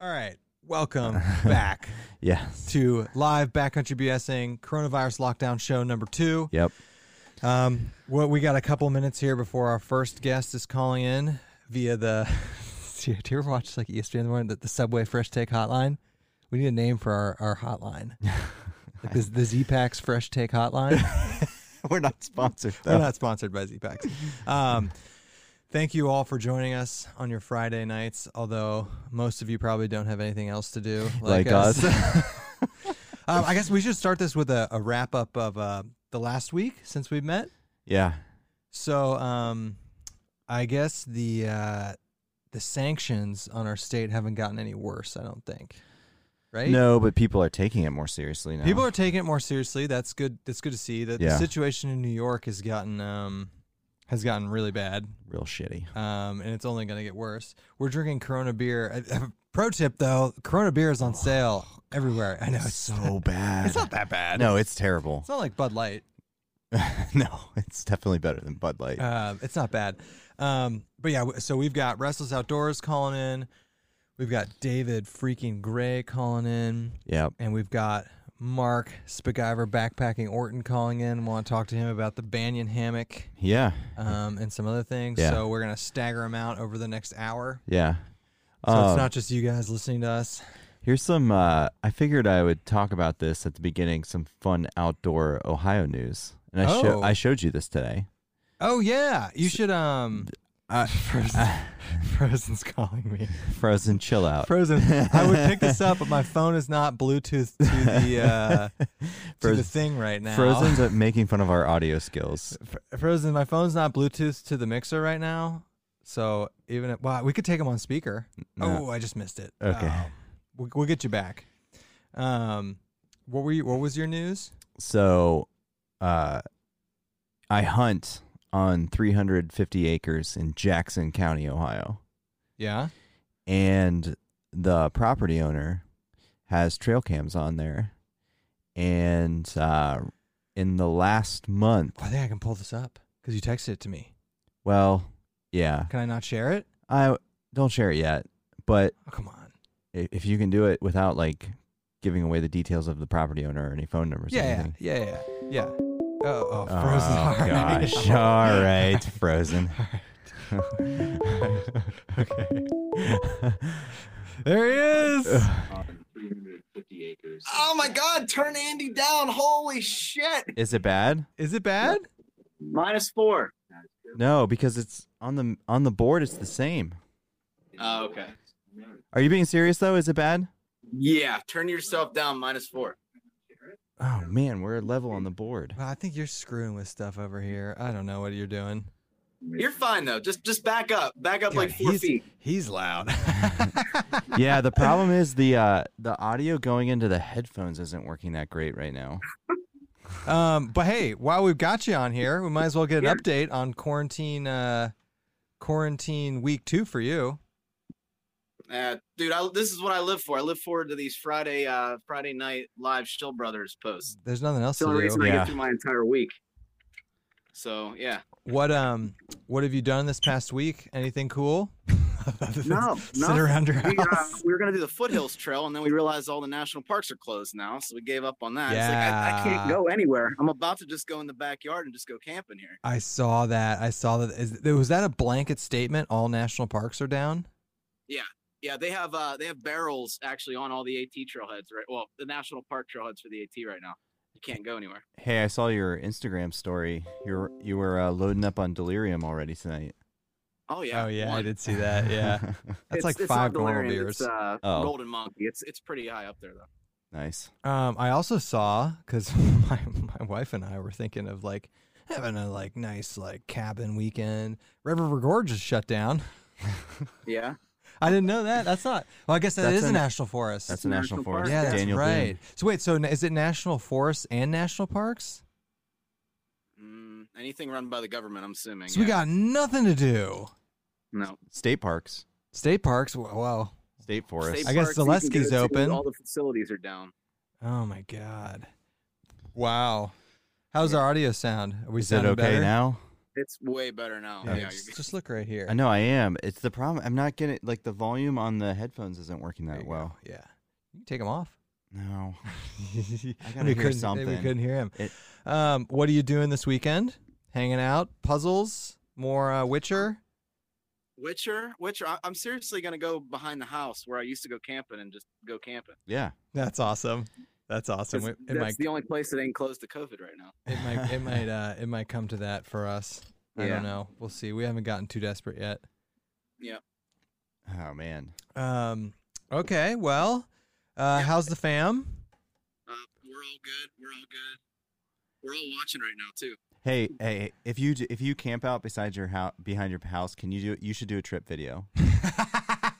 All right. Welcome back Yes. to live backcountry BSing coronavirus lockdown show number two. Yep. Um, well, we got a couple minutes here before our first guest is calling in via the. Do you, do you ever watch like E ESPN in the morning, the, the Subway Fresh Take Hotline? We need a name for our, our hotline. Like this, the Z Packs Fresh Take Hotline. We're not sponsored We're not sponsored by Z Packs. Um, thank you all for joining us on your Friday nights, although most of you probably don't have anything else to do Like us. um, I guess we should start this with a, a wrap up of uh, the last week since we met. yeah. So, um, I guess the uh, the sanctions on our state haven't gotten any worse. I don't think, right? No, but people are taking it more seriously now. people are taking it more seriously. That's good. That's good to see. That the Yeah. situation in New York has gotten um, has gotten really bad, real shitty. um, and it's only going to get worse. We're drinking Corona beer. Uh, Pro tip though, Corona beer is on sale everywhere. I know It's it's so bad. it's not that bad. No, it's terrible. It's not like Bud Light. no, it's definitely better than Bud Light. Um, it's not bad. Um, but yeah, w- so we've got Restless Outdoors calling in. We've got David freaking Gray calling in. yep. And we've got Mark Spigiver backpacking Orton calling in. Want to talk to him about the Banyan hammock Yeah. um, and some other things. Yeah. So we're going to stagger them out over the next hour. Yeah. So Um, it's not just you guys listening to us. Here's some. Uh, I figured I would talk about this at the beginning. Some fun outdoor Ohio news, and I Oh. show, I showed you this today. Oh, yeah. You should. um Uh, Frozen, Frozen's calling me. Frozen, chill out. Frozen. I would pick this up, but my phone is not Bluetooth to the uh, to the Frozen- thing right now. Frozen's uh, making fun of our audio skills. Fr- Frozen. My phone's not Bluetooth to the mixer right now, so even if, wow, we could take them on speaker. No. Oh, I just missed it. Okay. Oh. we'll, we'll get you back. Um, what were you? What was your news? So, uh, I hunt on 350 acres in Jackson County, Ohio, Yeah. and the property owner has trail cams on there, and uh, in the last month, I think I can pull this up because you texted it to me. well, yeah, Can I not share it? I don't share it yet, but Oh, come on. i- if you can do it without like giving away the details of the property owner or any phone numbers, or Yeah, anything. yeah, yeah, yeah, yeah. Oh, oh, Frozen. Oh, All right. gosh. All right, Frozen. All right. okay. There he is. Oh my god, turn Andy down. Holy shit. Is it bad? Is it bad? Minus four. No, because it's on the on the board. It's the same. Oh, okay. Are you being serious though? Is it bad? Yeah, turn yourself down minus four. Oh man, we're a level on the board. Well, I think you're screwing with stuff over here. I don't know what you're doing. You're fine though. Just just back up. Back up like God, four he's- feet. He's loud. Yeah, the problem is the uh, the audio going into the headphones isn't working that great right now. um, but hey, while we've got you on here, we might as well get an update on quarantine uh, quarantine week two for you. Uh, dude, I, this is what I live for. I live forward to these Friday uh Friday night live Still Brothers posts. There's nothing else It's the only to do. reason I Yeah. get through my entire week. So yeah. What um what have you done this past week? Anything cool? Other than No, Sit nothing. around your We, uh, house. we were gonna do the foothills trail, and then we realized all the national parks are closed now, so we gave up on that. It's like I, I can't Yeah. go anywhere. I'm about to just go in the backyard and just go camping here. I saw that. I saw that. Is, was that a blanket statement? All national parks are down. Yeah, they have uh they have barrels actually on all the AT trailheads, right? Well, the national park trailheads for the AT right now. You can't go anywhere. Hey, I saw your Instagram story. You're you were uh, loading up on delirium already tonight. Oh yeah. oh yeah, I one. did see that. Yeah, that's It's- like it's not five normal Delirium, beers. It's, uh, Oh. Golden Monkey. It's it's pretty high up there though. nice. Um, I also saw because my my wife and I were thinking of like having a like nice like cabin weekend. River Gorge is shut down. Yeah. I didn't know that. That's not. Well, I guess that That's is a an- national forest. That's a National national, forest. Park. yeah, that's Daniel Boone. right. So wait, so n- is it national forests and national parks? Mm, anything run by the government, I'm assuming. So we yeah. got nothing to do. no. State parks. State parks. wh- Wow. State forest. State I guess parks you can Zaleski's go to, open. All the facilities are down. Oh my god. Wow. How's our audio sound? Are we Is it sounding okay better? now? It's way better now. Yeah, Yeah, you're just, just look right here. I know I am. It's the problem. I'm not getting like the volume on the headphones isn't working There you that go. well. Yeah. You can take them off. No. I gotta we hear couldn't, something. We couldn't hear him. It- um, what are you doing this weekend? Hanging out, puzzles, more uh, Witcher. Witcher, Witcher. I- I'm seriously gonna go behind the house where I used to go camping and just go camping. Yeah. That's awesome. That's awesome. 'Cause It, it that's might, the only place that ain't closed to COVID right now. it might, it might, uh, it might come to that for us. I Yeah. don't know. We'll see. We haven't gotten too desperate yet. Oh man. Um, okay. Well, uh, how's the fam? Uh, we're all good. We're all good. We're all watching right now too. Hey, hey, if you d- if you camp out beside your house behind your house, can you do you should do a trip video?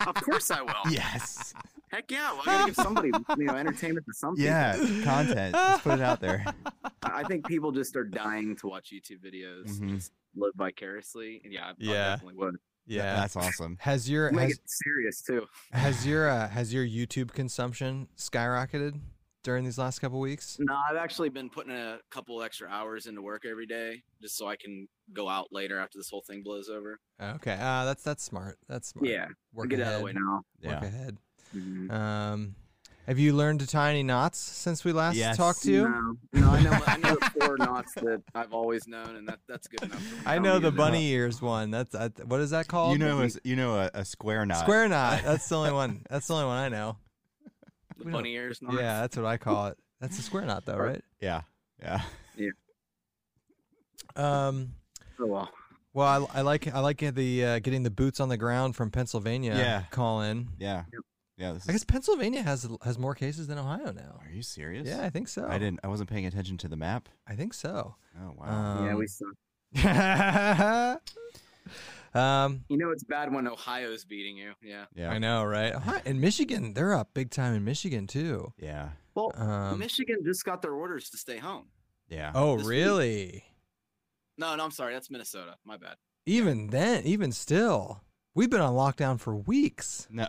Of course I will. yes. Heck yeah. Well, I gotta give somebody you know entertainment for something. Yeah, content. Let's put it out there. I I think people just are dying to watch YouTube videos, Mhm. just live vicariously. And yeah, I, I Mm-hmm. Yeah. definitely would. Yeah. That's awesome. Has your Make has, it serious too. has your uh, has your YouTube consumption skyrocketed during these last couple weeks? No, I've actually been putting a couple extra hours into work every day just so I can go out later after this whole thing blows over. Okay. Uh, that's that's smart. That's smart. we Work Mm. get it ahead. out of the way now. Work Yeah. ahead. Mhm. Um, have you learned to tie any knots since we last Yes. talked to you? No, no, I know, I know the four knots that I've always known, and that that's good enough. for me. I don't know need the to bunny ears one. That's I, what is that called? You know a, s- you know a, a square knot. square knot. That's the only one. That's the only one I know. we The don't- bunny ears. Knots. Yeah, that's what I call it. That's a square knot, though, right? Yeah. Yeah. Um. Oh, well. Well, I, I like I like the uh, getting the boots on the ground from Pennsylvania. Yeah. Call in. Yeah. Yeah, this I is- guess Pennsylvania has has more cases than Ohio now. Are you serious? Yeah, I think so. I didn't I wasn't paying attention to the map. I think so. Oh wow. yeah, Um, we suck. um, You know it's bad when Ohio's beating you. Yeah. yeah. I know, right? Ohio- And Michigan, they're up big time in Michigan too. Yeah. Well, Um, Michigan just got their orders to stay home. Yeah. oh, this week. really? No, no, I'm sorry. That's Minnesota. My bad. Even then, even still, we've been on lockdown for weeks. No.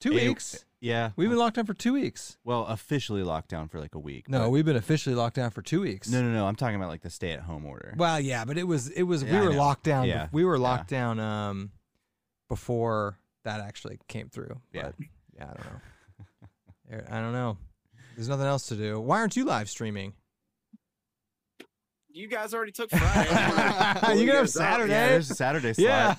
Two Ew. weeks. Yeah. We've been locked down for two weeks. well, officially locked down for like a week. No, but- we've been officially locked down for two weeks. No, no, no. I'm talking about like the stay at home order. Well, yeah, but it was it was Yeah, I we were know. locked down. Yeah, We were yeah. locked down um before that actually came through. Yeah. But, yeah, I don't know. There- I don't know. There's nothing else to do. Why aren't you live streaming? You guys already took you Friday. can Holy have goes up. Saturday. Oh, Yeah, there's a Saturday slot. Yeah.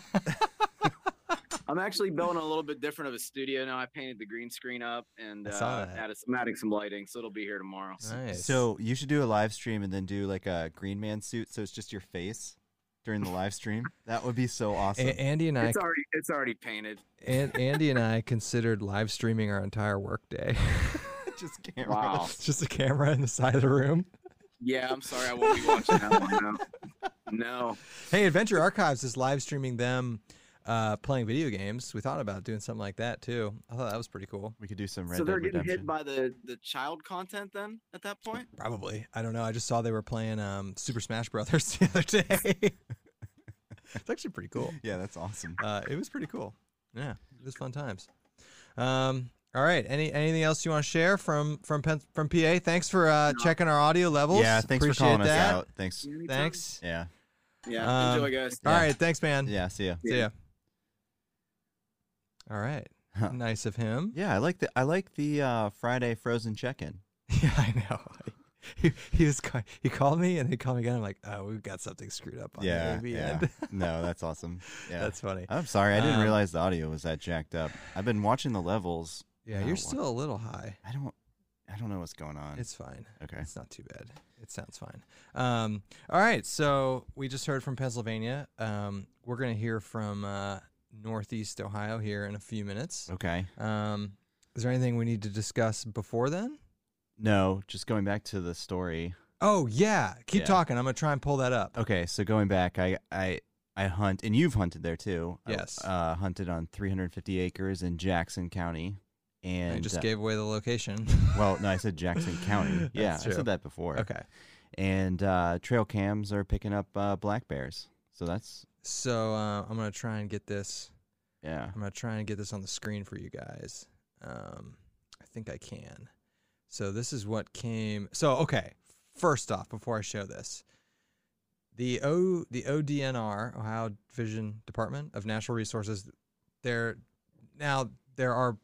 I'm actually building a little bit different of a studio now. I painted the green screen up and I saw uh, that. added, I'm adding some lighting, so it'll be here tomorrow. Nice. So you should do a live stream and then do like a green man suit, so it's just your face during the live stream. That would be so awesome. A- Andy and I, It's already it's already painted. An- Andy and I considered live streaming our entire workday. just can't. Wow. It's just a camera in the side of the room. Yeah, I'm sorry, I won't be watching that one. No, Hey, Adventure Archives is live streaming them uh, playing video games. We thought about doing something like that too. I thought that was pretty cool. We could do some no. Red so they're Dead getting Redemption. hit by the the child content then at that point. Probably. I don't know. I just saw they were playing um, Super Smash Brothers the other day. it's actually pretty cool. yeah, that's awesome. Uh, it was pretty cool. Yeah, it was fun times. Um, all right. Any anything else you want to share from from Pen- from PA? Thanks for uh, checking our audio levels. Yeah, thanks for Appreciate calling us that. out. Thanks. Thanks. Yeah, Yeah, Um, enjoy, guys. All Yeah. right. Thanks, man. yeah. See ya. See ya. All right. Huh. Nice of him. Yeah, I like the I like the uh, Friday frozen check-in. Yeah, I know. He, he was ca- he called me and he called me again. I'm like, oh, we've got something screwed up on Yeah, the AV yeah. end. No, that's awesome. Yeah, That's funny. I'm sorry, I didn't Um, realize the audio was that jacked up. I've been watching the levels. Yeah, No, you're what- still a little high. I don't, I don't know what's going on. It's fine. okay. It's not too bad. It sounds fine. Um, all right. So we just heard from Pennsylvania. Um, we're going to hear from uh, Northeast Ohio here in a few minutes. Okay. Um, is there anything we need to discuss before then? No, just going back to the story. Oh, yeah. Keep Yeah. talking. I'm going to try and pull that up. Okay, so going back, I, I, I hunt, and you've hunted there too. I, Yes. uh, hunted on 350 acres in Jackson County, and I just uh, gave away the location. Well, no, I said Jackson County. Yeah, That's I true. said that before. okay. And uh, trail cams are picking up uh, black bears, so that's So uh, I'm going to try and get this. yeah. I'm gonna try and get this on the screen for you guys. Um, I think I can. So this is what came. So okay, first off, before I show this, The O the ODNR, Ohio Division Department of Natural Resources, there now there are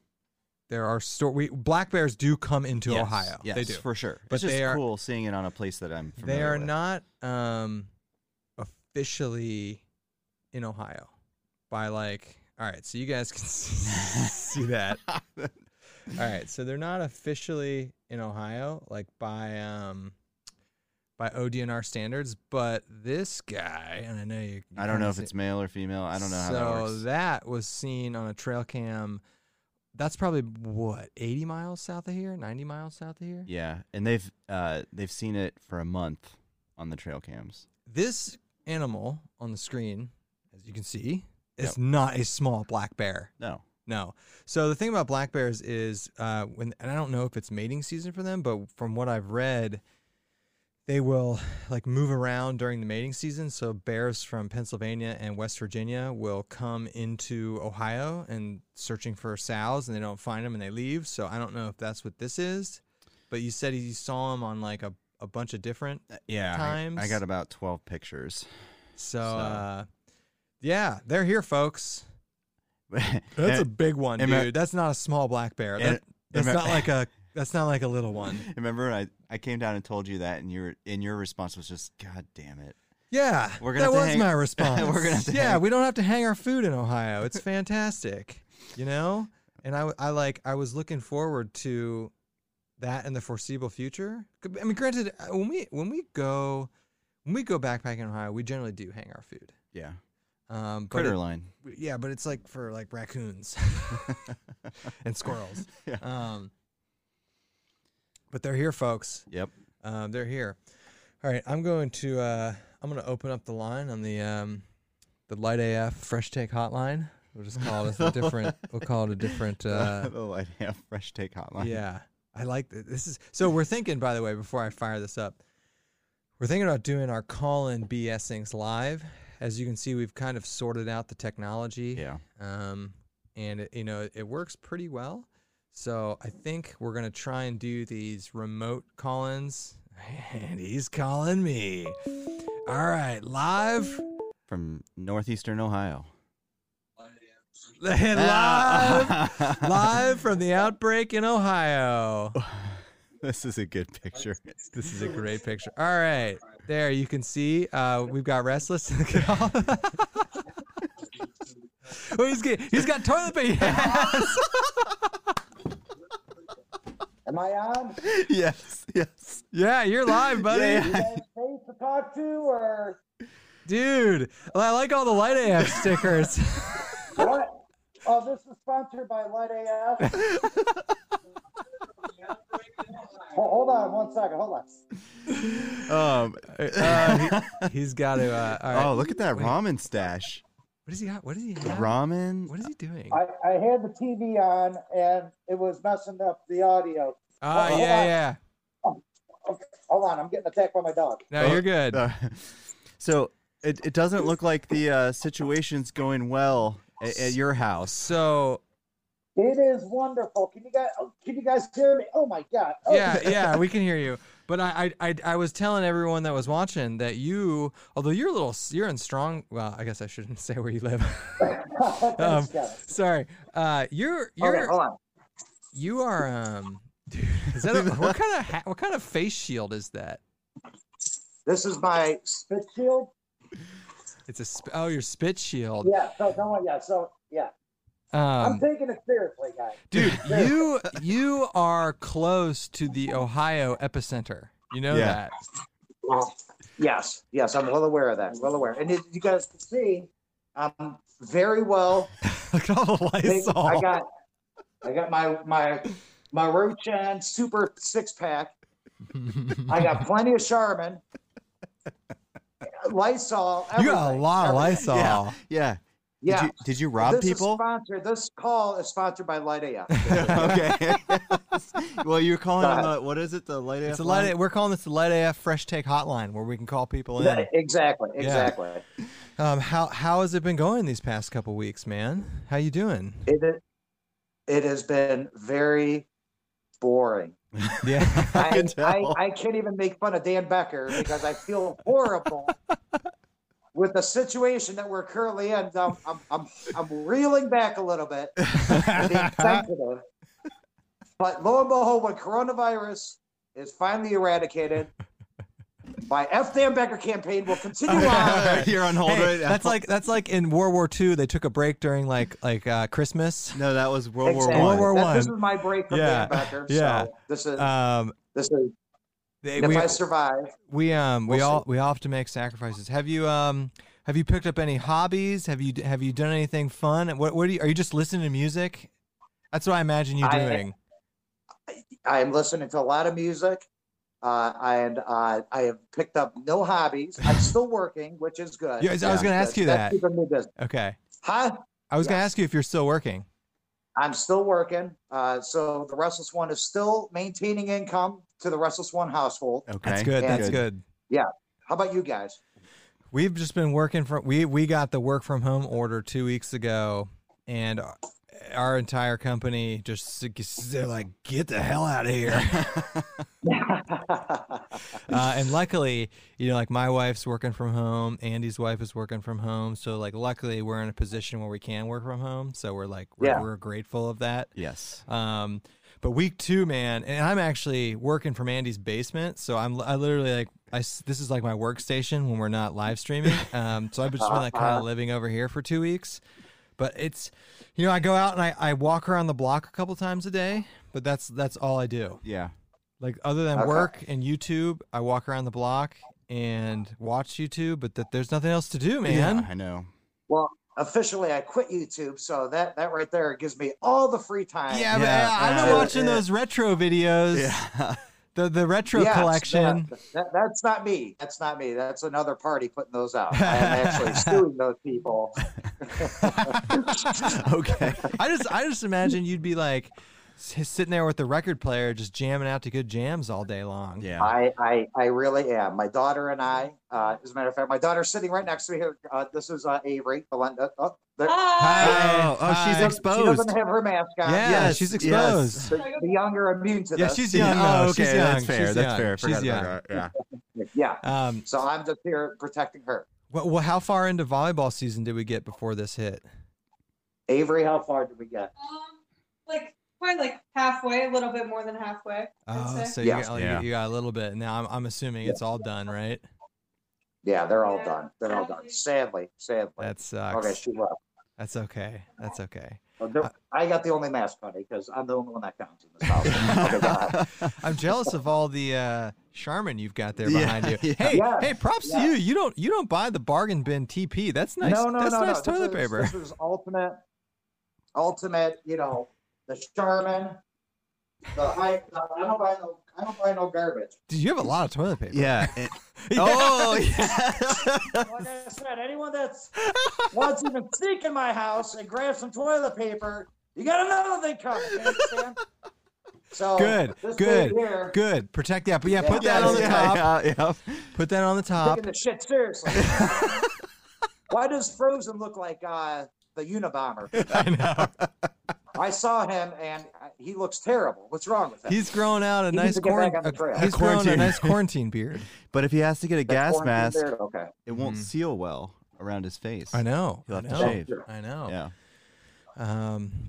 there are store we black bears do come into Yes, Ohio. Yes, they do. for sure. But it's just they are- cool seeing it on a place that I'm. Familiar they are with. not um officially in Ohio by like all right, so you guys can see that. All right, so they're not officially in Ohio, like by um by ODNR standards, but this guy, and I know you. you I don't know kinda if see- it's male or female. I don't know how so that works. that was seen on a trail cam. That's probably what eighty miles south of here, ninety miles south of here. Yeah, and they've uh, they've seen it for a month on the trail cams. This animal on the screen, as you can see, is not a small black bear. No, No. So the thing about black bears is uh, when, and I don't know if it's mating season for them, but from what I've read, they will like move around during the mating season. So bears from Pennsylvania and West Virginia will come into Ohio and searching for sows, and they don't find them and they leave. So I don't know if that's what this is, but you said you saw them on like a, a bunch of different. Uh, yeah, I- I, Times. got about twelve pictures. So, So- Uh, yeah, they're here, folks. That's a That's big one, and my- dude. That's not a small black bear. That- That's not like a. That's not like a little one. Remember, I, I came down and told you that, and your and your response was just, "God damn it!" Yeah, We're gonna that have to was hang- my response. We're gonna have to yeah, hang- we don't have to hang our food in Ohio. It's fantastic, you know. And I, w- I like, I was looking forward to that in the foreseeable future. I mean, granted, uh, when we when we go when we go backpacking in Ohio, we generally do hang our food. Yeah, Um, but critter it, line. yeah, but it's like for like raccoons and squirrels. Yeah. Um, but they're here, folks. Yep. Um, they're here. All right, I'm going to uh, I'm going to open up the line on the um, the Light AF Fresh Take Hotline. We'll just call it a different. We'll call it a different. Uh, the light half fresh take hotline. yeah, I like that. This is so we're thinking. By the way, before I fire this up, we're thinking about doing our call-in BS things live. As you can see, we've kind of sorted out the technology Yeah. um, and it, you know it works pretty well. So I think we're gonna try and do these remote call-ins, and he's calling me. All right, live, From northeastern Ohio. live, Uh, live from the outbreak in Ohio. this is a good picture. This is a great picture. All right, there you can see uh, we've got restless in the call. well, he's get, he's got toilet paper. Yes. Am I on? You yes. Yes. yeah, you're live, buddy. Yeah, yeah. guys safe to talk to, or Dude, well, I like all the light AF stickers. what? Oh, this is sponsored by Light AF. Ho- hold on one second. Hold on. Um, Uh, he, has got to. Uh, all right. Oh, look at that Wait. ramen stash. What does he got? What does he have? Ramen. What is he doing? I, I had the TV on and it was messing up the audio. Oh, hold yeah, on. yeah. Hold on, I'm getting attacked by my dog. No, Oh, you're good. Uh, so it, it doesn't look like the uh, situation's going well at, at your house. So, It is wonderful. Can you guys oh, can you guys hear me? Oh my god. Oh, yeah, yeah, we can hear you. But I, I, I, I was telling everyone that was watching that you, although you're a little, you're in strong. Well, I guess I shouldn't say where you live. Thanks, Um, guys. Sorry. Uh, you're, you're, Okay, hold on. you are. Um, dude, is that a, what kind of ha- what kind of face shield is that? This is my spit shield. It's a sp- oh, your spit shield. Yeah, so no one yeah, so yeah. Um, I'm taking it seriously, guys. dude you you are close to the ohio epicenter you know Yeah. that Well, yes, yes, I'm well aware of that. Well aware, and as you guys can see, I'm very well. look at all the big- Lysol. I got, I got my my my Rochan Super Six Pack. I got plenty of Charmin, Lysol. you Everything, got a lot of lysol everything. Yeah. Yeah. Yeah. Did you, did you rob this Is people? sponsored. This call is sponsored by Light AF. okay. well, you're calling Go on ahead. the what is it? The light. it's a AF light line? we're calling this the light af fresh take hotline where we can call people in exactly. Yeah. Exactly. um how how has it been going these past couple weeks man how you doing It, it has been very boring. Yeah. I I, can I, tell. I can't even make fun of Dan Becker because I feel horrible with the situation that we're currently in. I'm, I'm, I'm, I'm reeling back a little bit, being sensitive. But lo and behold, when coronavirus is finally eradicated, my F. Dan Becker campaign will continue on. You're on hold Hey, right now. that's like that's like in World War II. They took a break during like like uh, Christmas. no, that was World Exactly. War One. Uh, World War That- This One. is my break from Yeah. Dan Becker. Yeah. So this is Um, this is they, and if we, I survive. we um we We'll all we all have to make sacrifices. Have you um have you picked up any hobbies? Have you have you done anything fun? What what are you, are you just listening to music? That's what I imagine you I- doing. I am listening to a lot of music. Uh, and uh, I have picked up no hobbies. I'm still working, which is good. Yeah, I was going to ask you that. That's keeping me busy. Okay, Huh? I was going to Yes. ask you if you're still working. I'm still working. Uh, so the Restless One is still maintaining income to the Restless One household. Okay, That's good. Yeah. That's good. How about you guys? We've just been working from we we got the work from home order two weeks ago, and our, our entire company just s- they're like, get the hell out of here. uh, and luckily, you know, like my wife's working from home, Andy's wife is working from home, so like luckily we're in a position where we can work from home, so we're like we're, Yeah. we're grateful of that. Yes. Um, but week two, man, and I'm actually working from Andy's basement, so I'm I literally like I s- this is like my workstation when we're not live streaming. Um, so I've just been like kind of Uh-huh. living over here for two weeks, but it's you know I go out and I, I walk around the block a couple times a day, but that's that's all I do. Yeah. Like other than Okay. work and YouTube, I walk around the block and watch YouTube, but that there's nothing else to do, Yeah, man. I know. well, officially, I quit YouTube. So that, that right there gives me all the free time. Yeah, but Yeah, I- I've been yeah, watching yeah. those retro videos, Yeah. the the retro Yes, collection. that- that- that's not me. That's not me. That's another party putting those out. I am actually suing those people. okay. I just I just imagine you'd be like s- sitting there with the record player just jamming out to good jams all day long. Yeah. I, I, I really am. My daughter and I, uh, as a matter of fact, my daughter's sitting right next to me here. Uh, this is uh, Avery. Belinda. Oh, there- Ah. Hi. Oh, oh, she's Hi. she doesn't exposed. have her mask on. Yeah, Yes, she's yes. exposed. The, the young are immune to Yeah, this. she's young. Oh, though. okay. She's young. That's fair. She's that's young. fair. I She's forgot young. about that. Yeah. yeah. Um, So I'm just here protecting her. well, well, how far into volleyball season did we get before this hit? Avery, how far did we get? Um, like probably like halfway, a little bit more than halfway. Oh, I'd so say. you, Yeah. got, Yeah. you, you got a little bit. Now I'm, I'm assuming it's all done, right? Yeah, they're all Yeah, done. They're all done. Sadly, sadly. That sucks. okay, she left. That's okay. That's okay. Oh, there- Uh, I got the only mask, buddy, because I'm the only one that counts in this house. Okay, go ahead. I'm jealous of all the uh, Charmin you've got there Yeah, behind you. yeah. Hey, Yeah, hey, props to yeah. you. You don't you don't buy the bargain bin TP. That's nice. No, no, That's no, nice no. toilet this is, paper. This is ultimate, ultimate. You know, the Charmin. The high. The, I don't buy no. I don't buy no garbage. Dude, you have a lot of toilet paper. yeah. it- Oh, yeah. Like I said, anyone that's wants even sneak in my house and grab some toilet paper, you got another thing coming. You understand? So Good, this good, dude here, Good. Protect that. But yeah, put Yeah, that on the yeah, top. Yeah, yeah. Put that on the top. Taking the shit seriously. Why does Frozen look like uh, the Unabomber? I know. I saw him and uh, he looks terrible. What's wrong with him? He's grown out a He needs nice to get corn. back on the trail. a- he's grown a Quarantine. nice quarantine beard. But if he has to get a The gas quarantine mask, beard? Okay. it won't Mhm. seal well around his face. I know. He'll I have to know. shave. Sure. I know. Yeah. Um.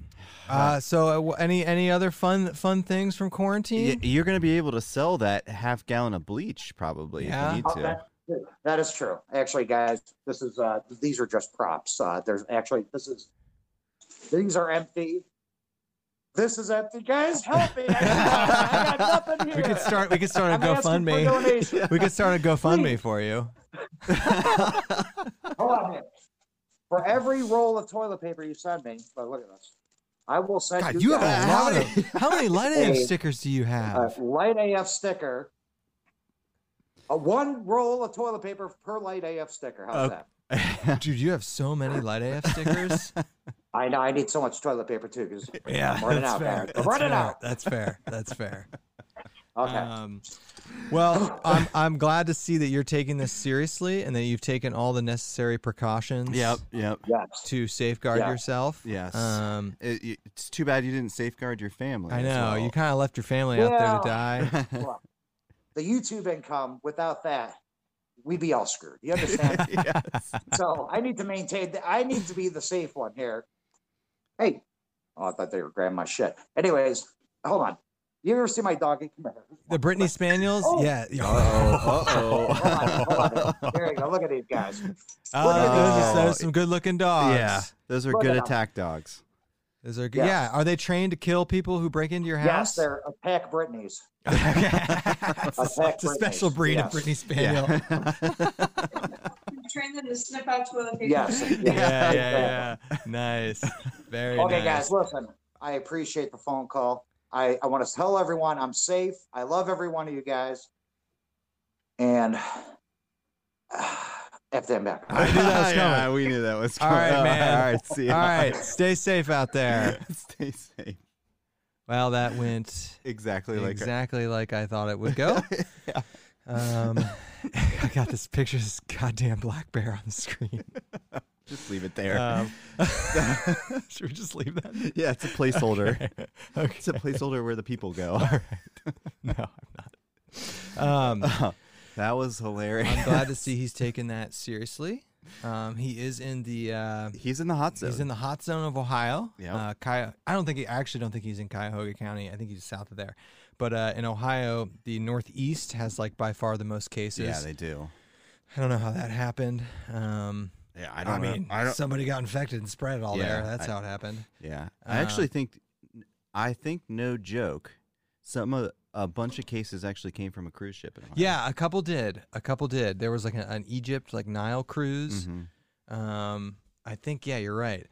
Uh. So uh, w- any any other fun fun things from Y- quarantine? You're going to be able to sell that half gallon of bleach probably Yeah. if you Oh, need to. that- That is true. Actually, guys, this is uh these are just props. Uh there's actually this is these are empty. This is empty. Guys, help me. I got, I got nothing here. We could start. We could start a I'm asking for GoFundMe. donation. We could start a GoFundMe for you. Hold on here. For every roll of toilet paper you send me, but look at this. I will send God, you, you have guys a lot of. How many Light AF Hey. Uh, stickers do you have? a light AF sticker. A one roll of toilet paper per light AF sticker. How's Okay. that? Dude, you have so many Light AF stickers. I know I need so much toilet paper too because Yeah, I'm running that's out, fair. guys. I'm That's running fair. out. That's fair. That's fair. Okay. Um, well, I'm I'm glad to see that you're taking this seriously and that you've taken all the necessary precautions. Yep. Yep. yes. To safeguard Yeah. yourself. Yes. Um, It- it- it's too bad you didn't safeguard your family. I as know you kind of left your family out there to die. well. Look, the YouTube income without that, we'd be all screwed. You understand? yes. so I need to maintain that. I need to be the safe one here. Hey, oh, I thought they were grabbing my shit. Anyways, hold on. You ever see my doggy? Come here. The Britney Spaniels. Oh. Yeah. Uh-oh, Hold on, hold on. There you go. Look at these guys. Oh, Look at those, are, these. those are some good-looking dogs. Yeah, those are Look good at 'em. attack dogs. Those are good. Yes. Yeah. Are they trained to kill people who break into your Yes, house? they're attack Britneys. it's, a, Attack it's a special Britneys, breed of yes. Britney Spaniel. Train them to snip out toilet paper. Yes. yes. yeah, yeah, yeah. Nice. Very Okay, nice. guys, listen. I appreciate the phone call. I, I want to tell everyone I'm safe. I love every one of you guys. And uh, F them back. I knew that was yeah, coming. we knew that was All coming. right, man. All right, see ya. All right, stay safe out there. Stay safe. Well, that went Exactly like our- exactly like I thought it would go. Yeah. Um, I got this picture of this goddamn black bear on the screen. Just leave it there. Um, should we just leave that? yeah, it's a placeholder. Okay. Okay. It's a placeholder where the people go. All right. No, I'm not. Um, Uh, that was hilarious. I'm glad to see he's taken that seriously. Um, he is in the uh, he's in the hot zone. He's in the hot zone of Ohio. Yep. Uh, Cuy- I don't think he, I actually don't think he's in Cuyahoga County. I think he's south of there. But uh, in Ohio, the Northeast has like by far the most cases. yeah, they do. I don't know how that happened. Um, Yeah, I, I don't know. mean, I don't. somebody got infected and spread it all there. Yeah, That's I- how it happened. Yeah, Uh, I actually think, I think no joke, some of a bunch of cases actually came from a cruise ship. In Ohio. Yeah, a couple did. A couple did. There was like an, an Egypt, like Nile cruise. Mhm. Um, I think, yeah, you're right.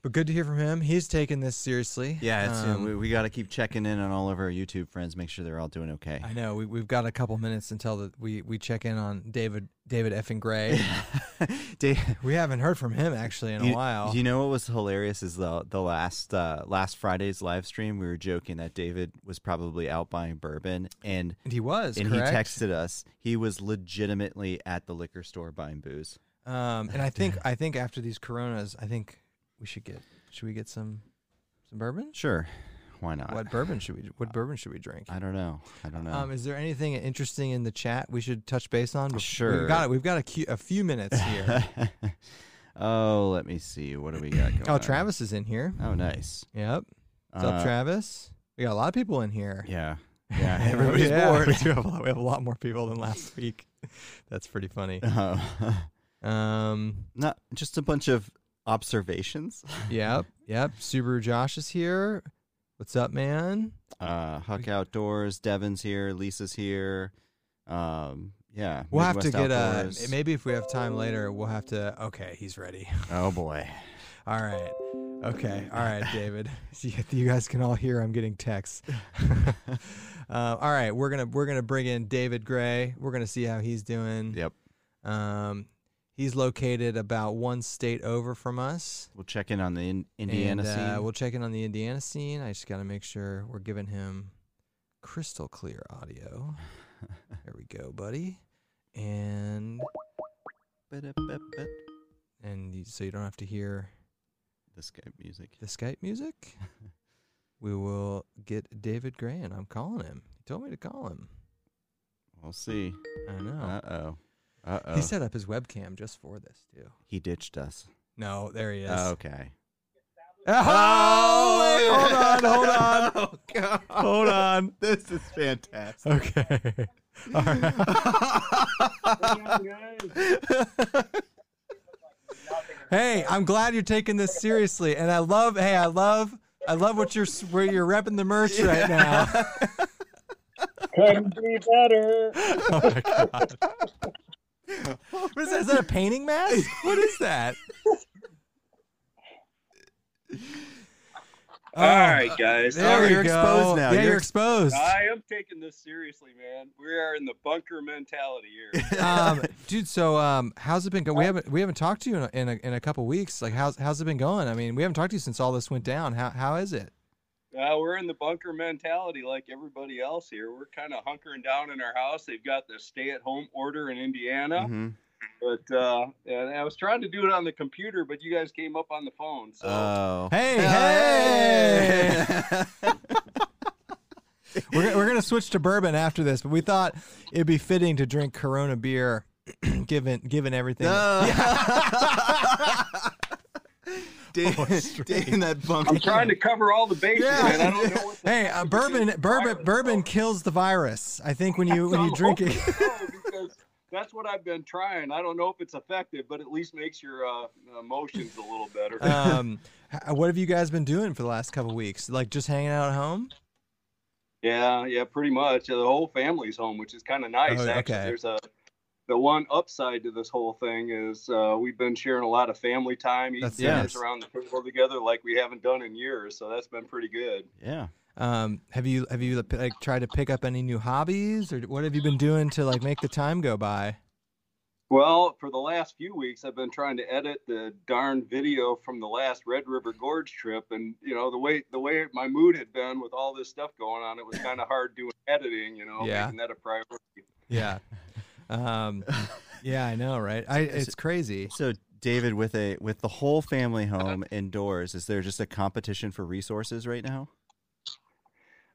But good to hear from him. He's taking this seriously. Yeah, it's, uh, Um, we, we got to keep checking in on all of our YouTube friends, make sure they're all doing okay. I know we, we've got a couple minutes until the, we we check in on David David effing Gray. Da- we haven't heard from him actually in a you, while. you know what was hilarious is the the last uh, last Friday's live stream. We were joking that David was probably out buying bourbon, and and he was and correct. he texted us. He was legitimately at the liquor store buying booze. Um, Oh, and I think I think after these Coronas, I think we should get should we get some some bourbon? Sure, why not? What bourbon should we what bourbon should we drink? I don't know. I don't know. Um, is there anything interesting in the chat we should touch base on? Bef- Sure. we've got it. We've got a, cu- a few minutes here. oh, let me see. What do we got going? oh, on? Travis is in here. Oh, nice. Yep. What's up, Uh, Travis? We got a lot of people in here. Yeah. Yeah. Everybody's Yeah, We bored. do have a lot, we have a lot more people than last week. That's pretty funny. Uh, Um, not just a bunch of observations. yep, yep. Subaru Josh is here. What's up, man? Uh, Huck Outdoors, Devin's here, Lisa's here. Um, yeah. We'll have to Midwest get uh, Outdoors. a maybe if we have time later. We'll have to. Okay, he's ready. Oh boy. All right. Okay. All right, David. So you- you guys can all hear I'm getting texts. uh, all right, we're gonna we're gonna bring in David Gray. We're gonna see how he's doing. Yep. Um, he's located about one state over from us. We'll check in on the in- and, Indiana uh, scene. We'll check in on the Indiana scene. I just got to make sure we're giving him crystal clear audio. there we go, buddy. And Ba-da-ba-ba. and you, so you don't have to hear This guy music. the Skype music. we will get David Gray, and I'm calling him. He told me to call him. We'll see. I know. Uh oh. Uh oh. He set up his webcam just for this too. he ditched us. No, there he is. Okay. Oh, wait, hold on, hold on, Oh, God. hold on. This is fantastic. Okay. All right. hey, I'm glad you're taking this seriously, and I love. Hey, I love. I love what you're where you're repping the merch right now. Couldn't be better. oh my god. What is that? Is that a painting mask? What is that? All right, guys. Oh, There Oh, we you're go. exposed now. Yeah, You're you're ex- exposed. I am taking this seriously, man. We are in the bunker mentality here. um, dude. So, um, how's it been going? We haven't we haven't talked to you in a, in a, in a couple weeks. Like, how's how's it been going? I mean, we haven't talked to you since all this went down. How how is it? Uh, we're in the bunker mentality like everybody else here. We're kind of hunkering down in our house. They've got the stay at home order in Indiana. Mm-hmm. hmm But uh, and I was trying to do it on the computer, but you guys came up on the phone. So Uh, Oh. Hey, hey! we're, go- we're going to switch to bourbon after this, but we thought it'd be fitting to drink Corona beer, given given everything. Dan, Oh, straight. Dan, that bunker. I'm trying to cover all the bases, Yeah. man. I don't know what the Hey, uh, bourbon, bourbon, bourbon kills the virus. I think when you when you I'm drink it, hoping so, because that's what I've been trying. I don't know if it's effective, but at least makes your uh, emotions a little better. um, h- what have you guys been doing for the last couple weeks? Like just hanging out at home? Yeah, yeah, pretty much. The whole family's home, which is kind of nice. Oh, Actually, okay. there's a the one upside to this whole thing is uh, we've been sharing a lot of family time, eating That's dinners nice. around the table together, like we haven't done in years. So that's been pretty good. Yeah. Um, have you have you like tried to pick up any new hobbies or what have you been doing to like make the time go by? Well, for the last few weeks, I've been trying to edit the darn video from the last Red River Gorge trip, and you know the way the way my mood had been with all this stuff going on, it was kind of hard doing editing. You know, Yeah. making that a priority. Yeah. Um, yeah, I know, right? I it's crazy. So David, with a with the whole family home indoors, is there just a competition for resources right now?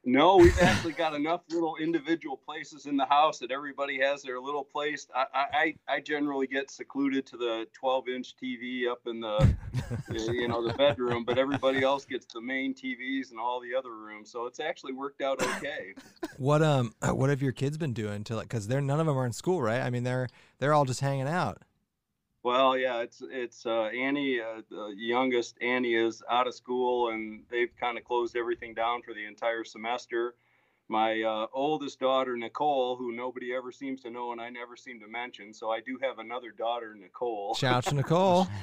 No, we've actually got enough little individual places in the house that everybody has their little place. I I, I I generally get secluded to the 12 inch TV up in the you know the bedroom, but everybody else gets the main TVs and all the other rooms. So it's actually worked out okay. What um what have your kids been doing to like cuz they're none of them are in school, right? I mean, they're they're all just hanging out. Well, yeah, it's it's uh, Annie, uh, the youngest Annie is out of school, and they've kind of closed everything down for the entire semester. My uh, oldest daughter Nicole, who nobody ever seems to know, and I never seem to mention, so I do have another daughter Nicole. Shout to Nicole.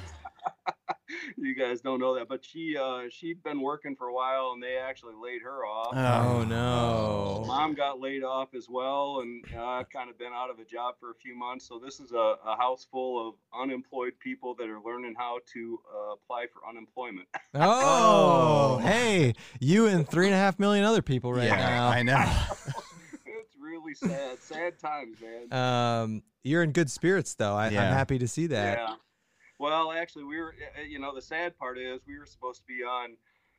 you guys don't know that, but she uh, she'd been working for a while, and they actually laid her off. Oh no. Mom got laid off as well, and uh, I've kind of been out of a job for a few months. So this is a, a house full of unemployed people that are learning how to uh, apply for unemployment. Oh, hey, you and three and a half million other people right I know. it's really sad, sad times, man. now. Um, you're in good spirits though. I, Yeah. I'm happy to see that. Yeah. Well, actually, we were. uh, You know, the sad part is we were supposed to be on.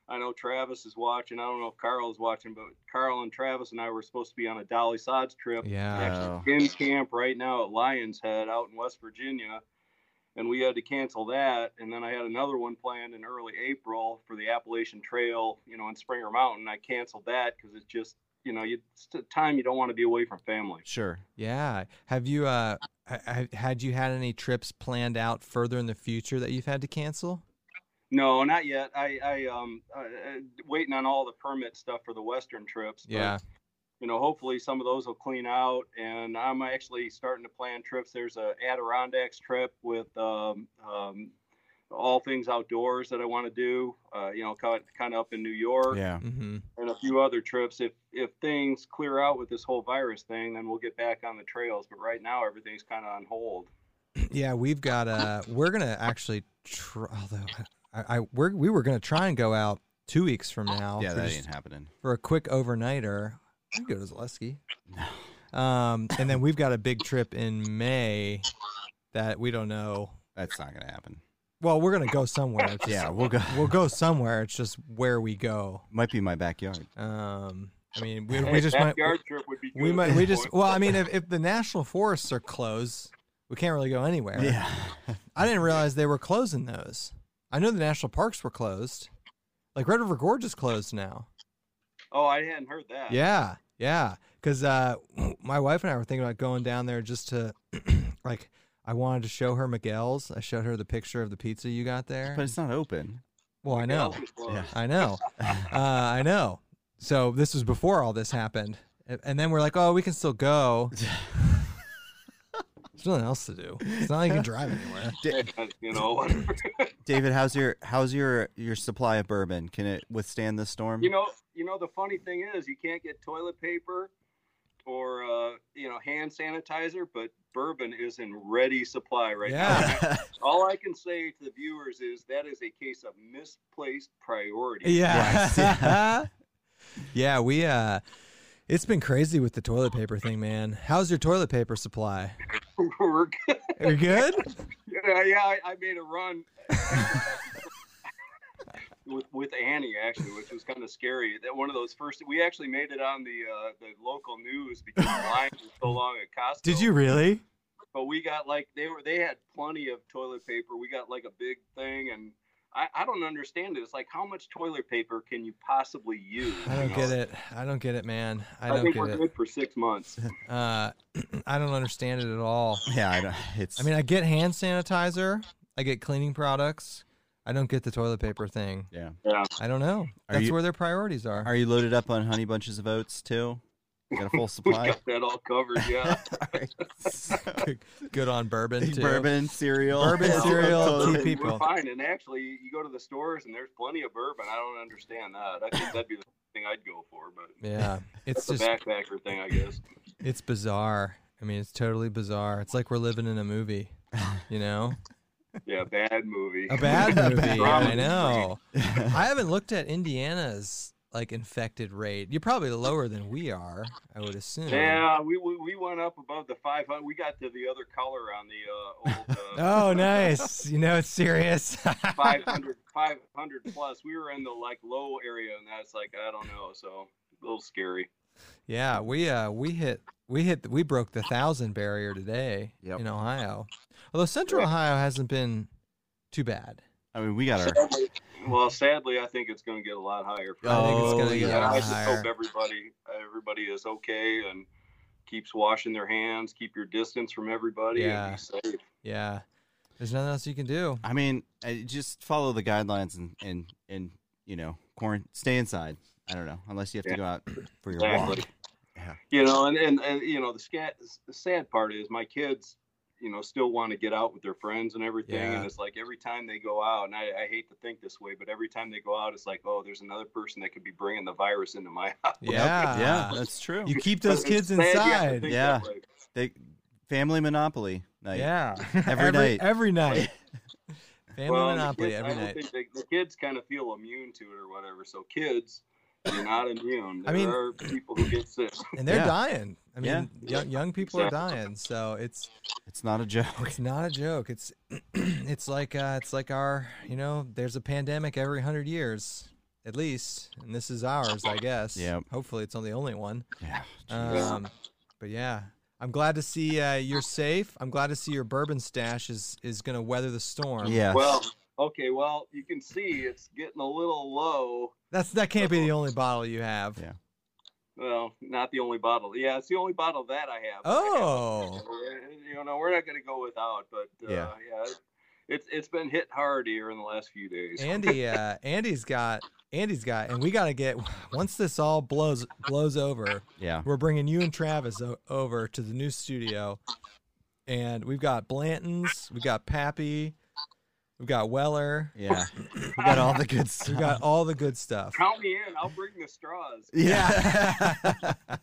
I know Travis is watching. I don't know if Carl is watching, but Carl and Travis and I were supposed to be on a Dolly Sods trip. Yeah. Oh. actually in camp right now at Lions Head out in West Virginia, and we had to cancel that. And then I had another one planned in early April for the Appalachian Trail, you know, in Springer Mountain. I canceled that because it's just, you know, you, it's a time you don't want to be away from family. Sure. Yeah. Have you uh ha- ha- had you had any trips planned out further in the future that you've had to cancel? No, not yet. I, I um, I, I, waiting on all the permit stuff for the Western trips. but, Yeah. You know, hopefully some of those will clean out, and I'm actually starting to plan trips. There's a Adirondacks trip with um, um, all things outdoors that I want to do. Uh, you know, kind kind of up in New York, Yeah. Mm-hmm. and a few other trips. If if things clear out with this whole virus thing, then we'll get back on the trails. But right now, everything's kind of on hold. Yeah, we've got uh we're gonna actually try although I, I we're we were gonna try and go out two weeks from now Yeah, for, that just- ain't happening. for a quick overnighter. We could go to Zaleski. Um and then we've got a big trip in May that we don't know. That's not gonna happen. Well, we're gonna go somewhere. It's just- Yeah, we'll go. We'll go somewhere. It's just where we go. Might be my backyard. Um I mean we, Hey, we just might backyard trip would be. we good at might this we just point. well I mean if, if the national forests are closed, we can't really go anywhere. I didn't realize they were closing those. I know the national parks were closed. Like Red River Gorge is closed now. Oh, I hadn't heard that. Yeah, yeah. Because uh, my wife and I were thinking about going down there just to, like, I wanted to show her Miguel's. I showed her the picture of the pizza you got there. But it's not open. well, I know, Yeah. I know, uh, I know. So this was before all this happened, A- and then we're like, oh, we can still go. There's nothing else to do. It's not like you can drive anywhere. you know, whatever. David, how's your how's your your supply of bourbon? Can it withstand this storm? you know, you know. The funny thing is, you can't get toilet paper or uh, you know hand sanitizer, but bourbon is in ready supply right Yeah. now. All I can say to the viewers is that is a case of misplaced priority. Yeah. Yes. Yeah, we uh it's been crazy with the toilet paper thing, man. How's your toilet paper supply? We're good. Are you good? Yeah, yeah, I, I made a run with with Annie actually, which was kind of scary. That one of those first we actually made it on the uh, the local news because the lines were so long at Costco. Did you really? But we got like they were they had plenty of toilet paper. We got like a big thing, and I, I don't understand it. It's like how much toilet paper can you possibly use? I you don't know? get it. I don't get it, man. I I, don't think get we're it. good for six months. Uh I don't understand it at all. Yeah, I don't, it's. I mean, I get hand sanitizer, I get cleaning products. I don't get the toilet paper thing. yeah. I don't know. Are That's you- where their priorities are. Are you loaded up on honey bunches of oats too? You got a full We supply. got that all covered. Yeah. All right. So, good, good on bourbon big too. bourbon cereal. Bourbon Yeah. cereal, Totally. TP. people. We're fine. And actually, you go to the stores and there's plenty of bourbon. I don't understand that. I think that'd be the thing I'd go for, but Yeah, it's that's a just backpacker thing, I guess. it's bizarre. I mean, it's totally bizarre. It's like we're living in a movie, you know, Yeah, bad movie. a bad A movie. bad I movie. know. I haven't looked at Indiana's like infected rate. You're probably lower than we are, I would assume. Yeah, we, we we went up above the 500. We got to the other color on the uh, old uh, Oh, nice. You know, it's serious. 500, 500 plus. We were in the like low area, and that's like I don't know, so a little scary. yeah, we uh we hit we hit we broke the thousand barrier today Yep. in Ohio. Although Central Ohio hasn't been too bad. I mean, we got our. Well, sadly, I think it's going to get a lot higher. for I think us. it's gonna Oh, get a Yeah, lot I just higher. hope everybody everybody is okay and keeps washing their hands, keep your distance from everybody, Yeah. and be safe. Yeah. There's nothing else you can do. I mean, I just follow the guidelines and and and you know, quarant- stay inside. I don't know, unless you have to Yeah. go out for your Exactly. walk. Yeah. You know, and, and and you know the scat the sad part is my kids, you know, still want to get out with their friends and everything, Yeah. and it's like every time they go out, and I, I hate to think this way, but every time they go out, it's like, oh, there's another person that could be bringing the virus into my house. Yeah. yeah, that's true. You keep those It's kids sad you have to inside. think that Yeah. way. they, family monopoly night. Yeah. Every night. Every night. Family Well, and the Monopoly kids- I every don't night. think they- the kids kind of feel immune to it or whatever. So kids, you're not immune. There I mean- are people who get sick. And they're Yeah. dying. I mean, Yeah. young, young people are Exactly. dying. So it's It's not a joke. it's not a joke. It's it's like uh, it's like our you know there's a pandemic every hundred years at least, and this is ours, I guess. Yep. Hopefully, it's not the only one. Yeah. Yeah. Um, but yeah, I'm glad to see uh, you're safe. I'm glad to see your bourbon stash is is gonna weather the storm. Yes. Well, okay. Well, you can see it's getting a little low. That's that can't be the only bottle you have. Yeah. Well, not the only bottle. Yeah, it's the only bottle that I have. Oh. You know, we're not going to go without, but uh, yeah, Yeah. it- it's it's been hit hard here in the last few days. Andy, uh, Andy's got, Andy's got, and we gotta get. Once this all blows blows over, Yeah. we're bringing you and Travis o- over to the new studio, and we've got Blanton's, we got Pappy, we've got Weller, Yeah. We got all the good we stuff. got all the good stuff. Count me in. I'll bring the straws. Yeah.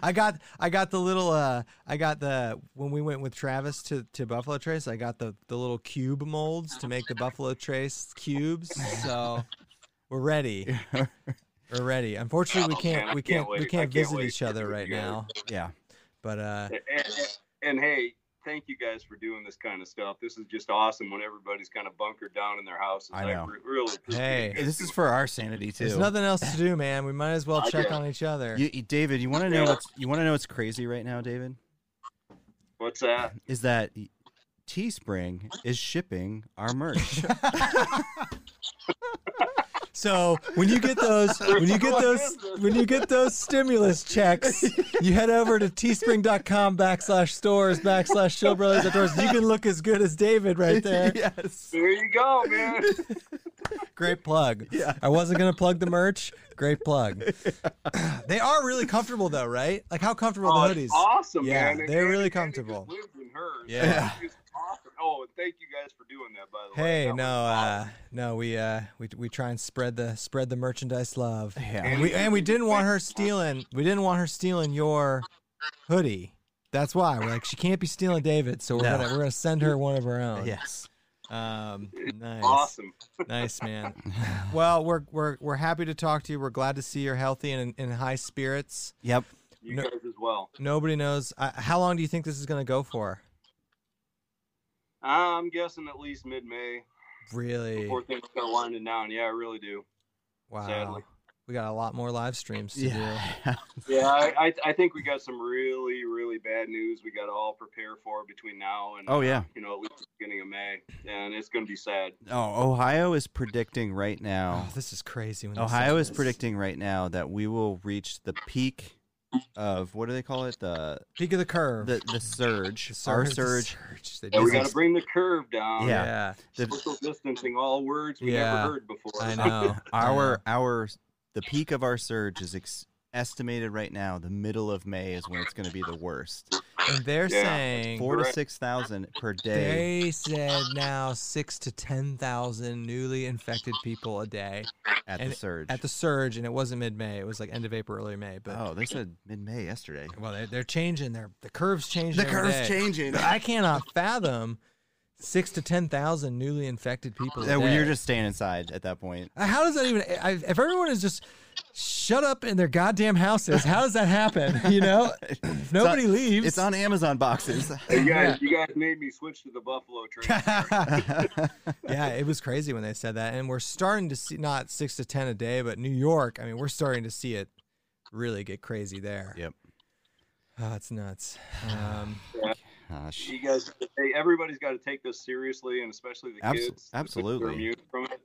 I got I got the little uh I got the when we went with Travis to to Buffalo Trace, I got the the little cube molds to make the Buffalo Trace cubes. So we're ready. We're ready. Unfortunately, we Oh, man, can't I we can't can't, wait. we I can't can't visit wait each to other get right together. now. yeah. But uh And, and- and hey, thank you guys for doing this kind of stuff. This is just awesome when everybody's kind of bunkered down in their houses. I know. re- really. appreciate Hey. it. This is for our sanity too. there's nothing else to do, man. We might as well I check guess. on each other. You, you- David, you want to know Yeah. what's you want to know what's crazy right now, David? What's that? Is that Teespring is shipping our merch? So when you get those, when you get those, when you get those stimulus checks, you head over to teespring.com backslash stores backslash show brothers outdoors. You can look as good as David right there. yes. There you go, man. Great plug. Yeah. I wasn't gonna plug the merch. Great plug. They are really comfortable though, right? Like how comfortable Oh, are the it's hoodies? Awesome, Yeah, man. And they're Andy- really Andy just comfortable. lives in hers. Yeah. It's awesome. Oh, and thank you guys for doing that, by the way. Hey, That was no, awesome. uh, no, we uh, we we try and spread the spread the merchandise love. Yeah. And we and we didn't want her stealing. We didn't want her stealing your hoodie. That's why we're like she can't be stealing David, so we're No. gonna we're gonna send her one of her own. Yes. Um, nice, Awesome. nice man. Well, we're we're we're happy to talk to you. We're glad to see you're healthy and in, in high spirits. yep. You No- guys as well. Nobody knows uh, how long do you think this is going to go for? I'm guessing at least mid May Really? before things start winding down. Yeah, I really do. Wow. sadly. We got a lot more live streams to do. Yeah, I, I, I think we got some really, really bad news we got to all prepare for between now and, Oh yeah. you know, at least the beginning of May. And it's going to be sad. Oh, Ohio is predicting right now. Oh, this is crazy. When they Ohio said is this. predicting right now that we will reach the peak of what do they call it? The peak of the curve. the, the surge. The Our the surge. surge. They Yeah, we did got this- to bring the curve down. Yeah. yeah. The, Social distancing, all words we Yeah, never heard before. I know. our our the peak of our surge is ex- estimated right now. The middle of May is when it's going to be the worst. And they're Yeah. saying Four to Correct. six thousand per day. they said now six to ten thousand newly infected people a day at And the surge. at the surge, and it wasn't mid May. It was like end of April, early May. But oh, they said mid May yesterday. well, they're, they're changing. Their the curves changing. The every day. curve's changing. I cannot fathom six to ten thousand newly infected people. A Yeah, well, day. You're just staying inside at that point. Uh, How does that even? I, if everyone is just shut up in their goddamn houses, how does that happen? You know, if nobody it's on, leaves. It's on Amazon boxes. Hey, you guys, you guys made me switch to the Buffalo train. yeah, it was crazy when they said that, and we're starting to see not six to ten a day, but New York. I mean, we're starting to see it really get crazy there. Yep. Oh, it's nuts. Um, Gosh. you guys, hey, everybody's got to take this seriously, and especially the Abso- kids. They're absolutely. immune from it.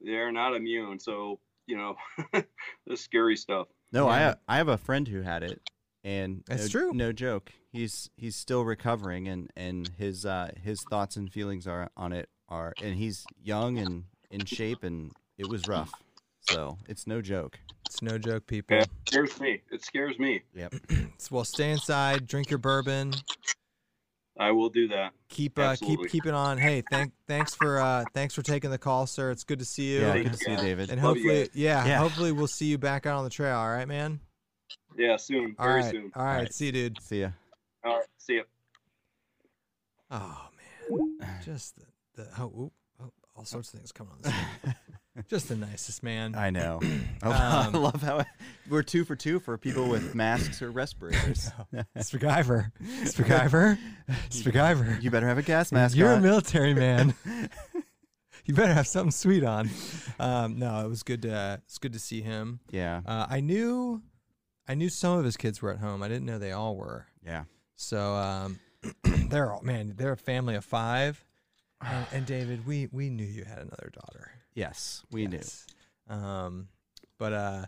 They're not immune, so you know, this is scary stuff. No, Yeah. I I have a friend who had it, and That's no, true. No joke. He's he's still recovering, and and his uh his thoughts and feelings are on it are, and he's young and in shape, and it was rough. So it's no joke. it's no joke, people. Yeah. scares me. It scares me. Yep. It's- well, stay inside, drink your bourbon, I will do that. keep uh, keep Absolutely. keep it on. Hey, thank thanks for uh, thanks for taking the call, sir. It's good to see you. Yeah. Thank Good to see you, guys. David. And Love you hopefully, guys. yeah, Yeah. hopefully we'll see you back out on the trail. All right, man. Yeah, soon. All very right. soon. all right, All right. See you, dude. See ya. All right. See ya. Oh man, just the, the oh, oop, oh, all sorts of things coming on. This thing. just the nicest man. I know. I Um, love how we're two for two for people with masks or respirators. Spacgyver, Spacgyver, Spacgyver. you better have a gas mask. You're a on. military man. you better have something sweet on. Um, no, it was good to it's good to see him. yeah. Uh, I knew, I knew some of his kids were at home. I didn't know they all were. Yeah. So um, they're all man. They're a family of five. And, and David, we we knew you had another daughter. Yes, we knew. Yes. Um, but uh,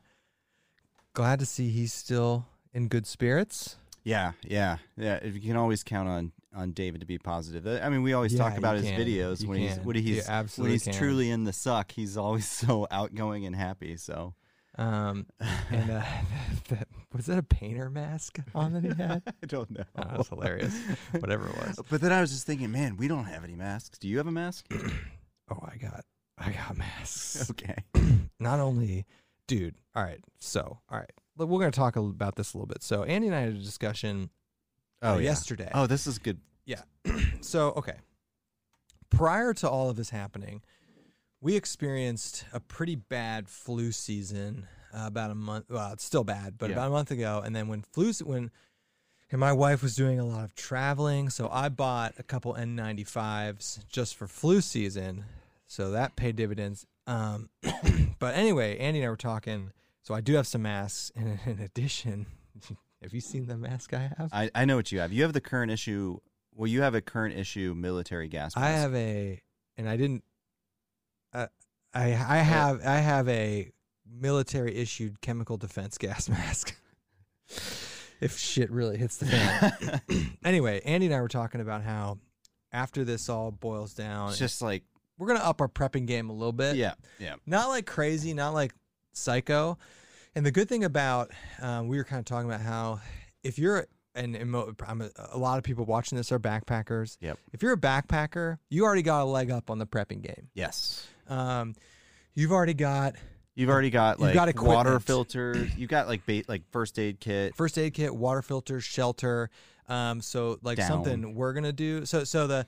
glad to see he's still in good spirits. Yeah, yeah, yeah. If You can always count on on David to be positive. I mean, we always Yeah, talk about you his can. videos You when he's can. when You he's when absolutely he's can. truly in the suck. He's always so outgoing and happy. So Um, and uh, that, was that a painter mask on that he had? I don't know. Oh, that was hilarious. Whatever it was. But then I was just thinking, man, we don't have any masks. Do you have a mask? Oh, I got, I got masks. okay. Not only, dude. All right. So, all right. Look, We're going to talk a- about this a little bit. So, Andy and I had a discussion uh, Oh yeah. yesterday. Oh, this is good. So, okay. Prior to all of this happening, we experienced a pretty bad flu season uh, about a month. Well, it's still bad, but Yeah. about a month ago. And then when flu, se- when and my wife was doing a lot of traveling, so I bought a couple N95s just for flu season. So that paid dividends. Um, but anyway, Andy and I were talking. So I do have some masks, and in addition, have you seen the mask I have? I I know what you have. You have the current issue. Well, you have a current issue military gas mask. I have a, and I didn't. Uh, I I have I have a military issued chemical defense gas mask. if shit really hits the fan. anyway, Andy and I were talking about how after this all boils down, it's just like we're gonna up our prepping game a little bit yeah, yeah. not like crazy, not like psycho. And the good thing about um, we were kind of talking about how if you're and and mo- I'm a, a lot of people watching this are backpackers. Yep. If you're a backpacker, you already got a leg up on the prepping game. Yes. Um, you've already got You've already got You've like got water equipment. filter. You've got like bait, like first aid kit. first aid kit, water filter, shelter. Um, so like Down. something we're gonna do. So so the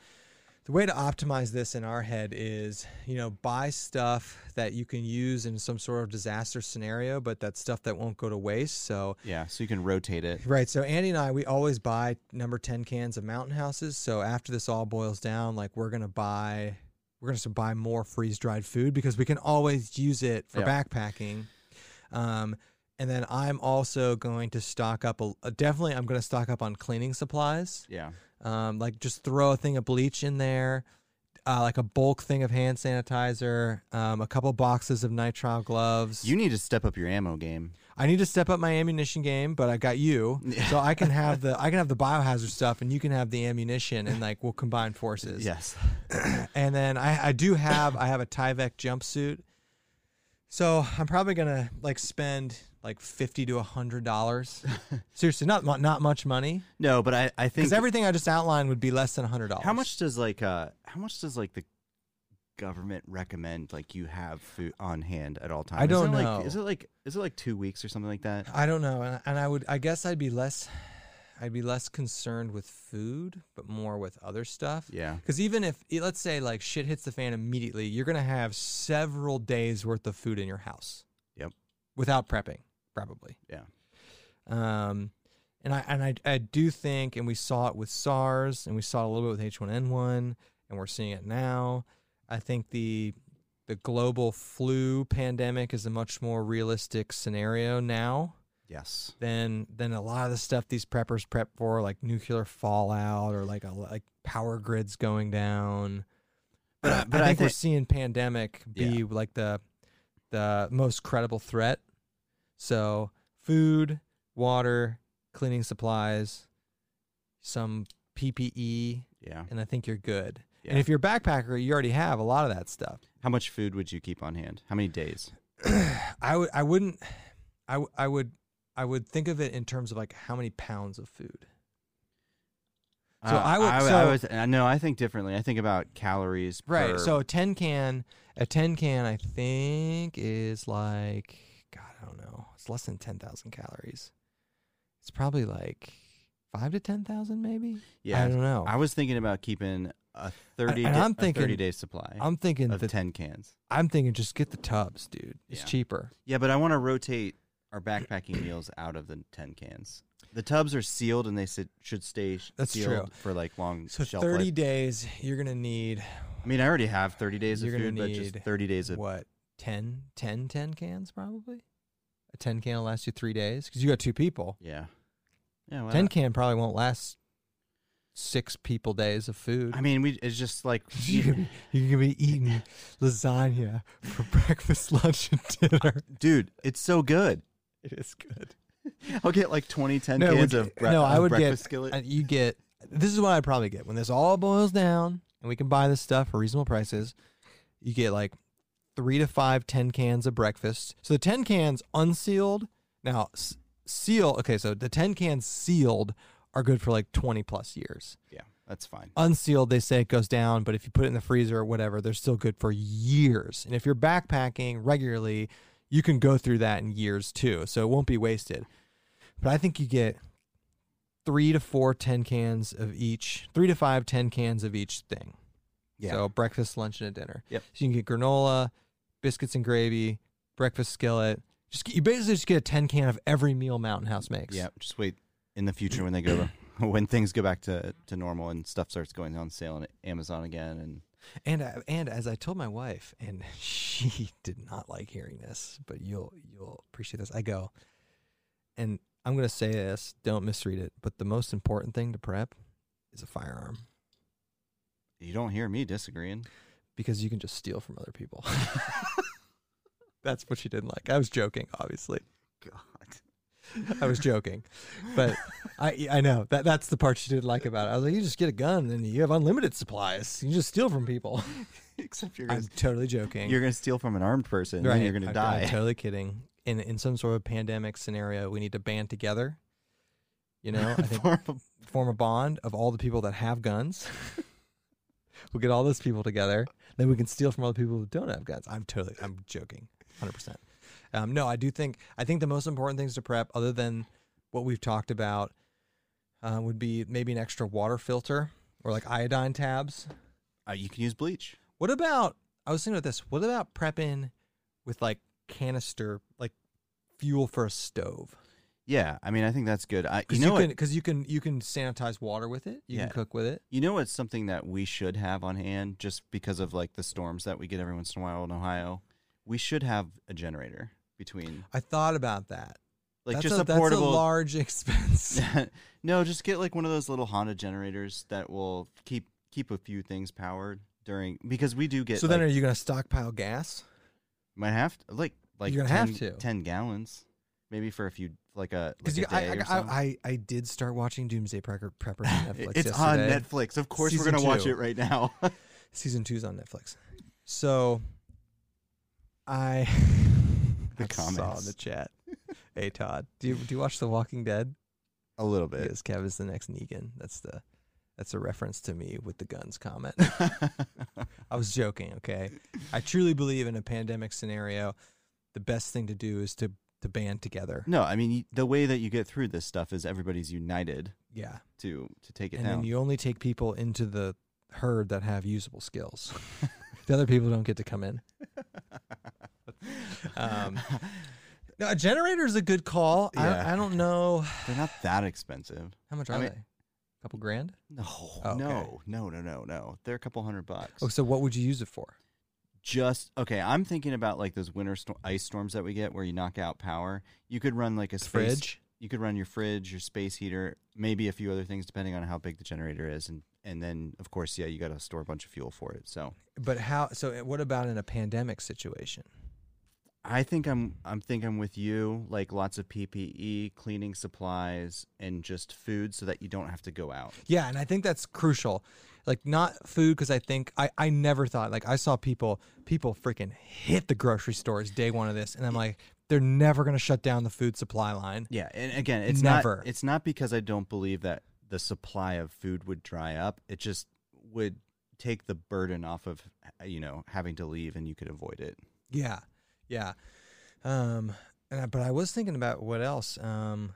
the way to optimize this in our head is, you know, buy stuff that you can use in some sort of disaster scenario, but that's stuff that won't go to waste. So, Yeah, so you can rotate it. right. So, Andy and I, we always buy number 10 cans of Mountain Houses. So, after this all boils down, like we're going to buy. We're going to buy more freeze dried food because we can always use it for Yeah. backpacking. Um, and then I'm also going to stock up, a, uh, definitely, I'm going to stock up on cleaning supplies. Yeah. Um, like just throw a thing of bleach in there, uh, like a bulk thing of hand sanitizer, um, a couple boxes of nitrile gloves. You need to step up your ammo game. I need to step up my ammunition game, but I got you, Yeah. so I can have the I can have the biohazard stuff, and you can have the ammunition, and like we'll combine forces. Yes. And then I, I do have I have a Tyvek jumpsuit, so I'm probably gonna like spend like fifty to hundred dollars. Seriously, not mu- not much money No, but I, I think because everything I just outlined would be less than hundred dollars. How much does like uh how much does like the government recommend like you have food on hand at all times? I don't is it know. Like, is it like is it like two weeks or something like that? I don't know, and, and I would. I guess I'd be less. I'd be less concerned with food, but more with other stuff. Yeah. Because even if eh, let's say like shit hits the fan immediately, you're gonna have several days worth of food in your house. Yep. Without prepping, probably. Yeah. Um, and I and I I do think, and we saw it with SARS, and we saw it a little bit with H1N1, and we're seeing it now. I think the the global flu pandemic is a much more realistic scenario now Yes. than than a lot of the stuff these preppers prep for, like nuclear fallout or like a, like power grids going down. But I- but I I think we're thi- seeing pandemic be Yeah. like the the most credible threat. So food, water, cleaning supplies, some PPE, Yeah. and I think you're good. And Yeah. if you're a backpacker, you already have a lot of that stuff. How much food would you keep on hand? How many days? I would I wouldn't I, w- I would I would think of it in terms of like how many pounds of food. So I would- Uh, I, so- was, I know. I think differently. I think about calories. Right. per- So a ten can, a ten can, I think is like God, I don't know. It's less than ten thousand calories. It's probably like five to ten thousand, maybe. I yeah. don't know. I was thinking about keeping a thirty. and da- I'm a thinking- thirty day supply I'm thinking of that ten cans. I'm thinking just get the tubs, dude. It's Yeah. cheaper. Yeah, but I want to rotate our backpacking meals out of the ten cans. The tubs are sealed, and they sit, should stay sh- That's true. sealed for like long So shelf thirty life. days, you're gonna need I mean, I already have 30 days of You're gonna food, but just need 30 days of what 10, 10, 10 cans probably. A ten can will last you three days because you got two people. yeah, yeah. why ten not? can probably won't last six people days of food. I mean, we it's just like You're gonna, be, you're gonna be eating lasagna for breakfast, lunch, and dinner. dude, it's so good. It is good. I'll get like 20, 10 No, cans would- of bre- no, I of would breakfast get. skillet. uh, You get. This is what I probably get when this all boils down, and we can buy this stuff for reasonable prices. You get like three to five, ten cans of breakfast. So the ten cans unsealed. Now s- seal. Okay, so the ten cans sealed are good for like twenty plus years. yeah, that's fine. unsealed they say it goes down but if you put it in the freezer or whatever they're still good for years and if you're backpacking regularly you can go through that in years too so it won't be wasted but i think you get three to four ten cans of each three to five ten cans of each thing Yeah. so breakfast lunch and a dinner Yep. so you can get granola biscuits and gravy breakfast skillet just get, you basically just get a 10 can of every meal mountain house makes yeah, just wait in the future when they go when things go back to, to normal and stuff starts going on sale on Amazon again and And I, and as I told my wife, and she did not like hearing this, but you'll you'll appreciate this. I go, and I'm gonna say this. Don't misread it. But the most important thing to prep is a firearm you don't hear me disagreeing. because you can just steal from other people. That's what she didn't like. I was joking, obviously. God. I was joking, but I I know that that's the part she didn't like about it. I was like, you just get a gun and you have unlimited supplies. You just steal from people. Except you're gonna, I'm totally joking. you're gonna steal from an armed person and then you're gonna I'm- die. I'm totally kidding. In in some sort of pandemic scenario, we need to band together. You know, I think Form a- form a bond of all the people that have guns. we'll get all those people together. Then we can steal from all the people who don't have guns. I'm totally, I'm joking, hundred percent. Um, no, I do think I think the most important things to prep, other than what we've talked about, uh, would be maybe an extra water filter or like iodine tabs. Uh, you can use bleach. What about I was thinking about this. What about prepping with like canister like fuel for a stove? Yeah, I mean, I think that's good. I, you Because know you, what? can because you can you can sanitize water with it. You Yeah. can cook with it. You know what's something that we should have on hand just because of like the storms that we get every once in a while in Ohio? We should have a generator between I thought about that. like that's just a, a, portable That's a large expense. no, just get like one of those little Honda generators that will keep keep a few things powered during because we do get so then, like, are you going to stockpile gas? might have to, like like You're 10, gonna have to. 10 gallons maybe for a few like a like Because a day I, or I, something. I I did start watching Doomsday Precker Preppers on Netflix. it's on yesterday. Netflix. Of course, Season we're gonna watch two. it right now. Season two's on Netflix. So I The I saw in comments. the chat. hey Todd, do you do you watch The Walking Dead? a little bit. Because Kev is the next Negan. That's the that's a reference to me with the guns comment. I was joking, okay? I truly believe in a pandemic scenario, the best thing to do is to to band together. no, I mean y- the way that you get through this stuff is everybody's united Yeah. to to take it and down. then you only take people into the herd that have usable skills. the other people don't get to come in. Um, no, a generator is a good call. Yeah. I, I don't know They're not that expensive. how much I are mean- they. A couple grand. No, okay. no, no, no, no, no. They're a couple hundred bucks. Oh, so what would you use it for? Just okay. I'm thinking about like those winter sto- ice storms that we get where you knock out power. You could run like a space, Fridge. You could run your fridge, your space heater, maybe a few other things depending on how big the generator is, and and then of course, yeah, you got to store a bunch of fuel for it. So But how? So eh, what about in a pandemic situation? I think I'm I'm think I'm with you. Like lots of PPE, cleaning supplies, and just food, so that you don't have to go out. Yeah, and I think that's crucial. Like not food because I think I I never thought like I saw people people freaking hit the grocery stores day one of this, and I'm like they're never gonna shut down the food supply line. Yeah, and again, it's Never. not it's not because I don't believe that the supply of food would dry up. It just would take the burden off of you know having to leave, and you could avoid it. Yeah, yeah. Um, and I, but I was thinking about what else. Um,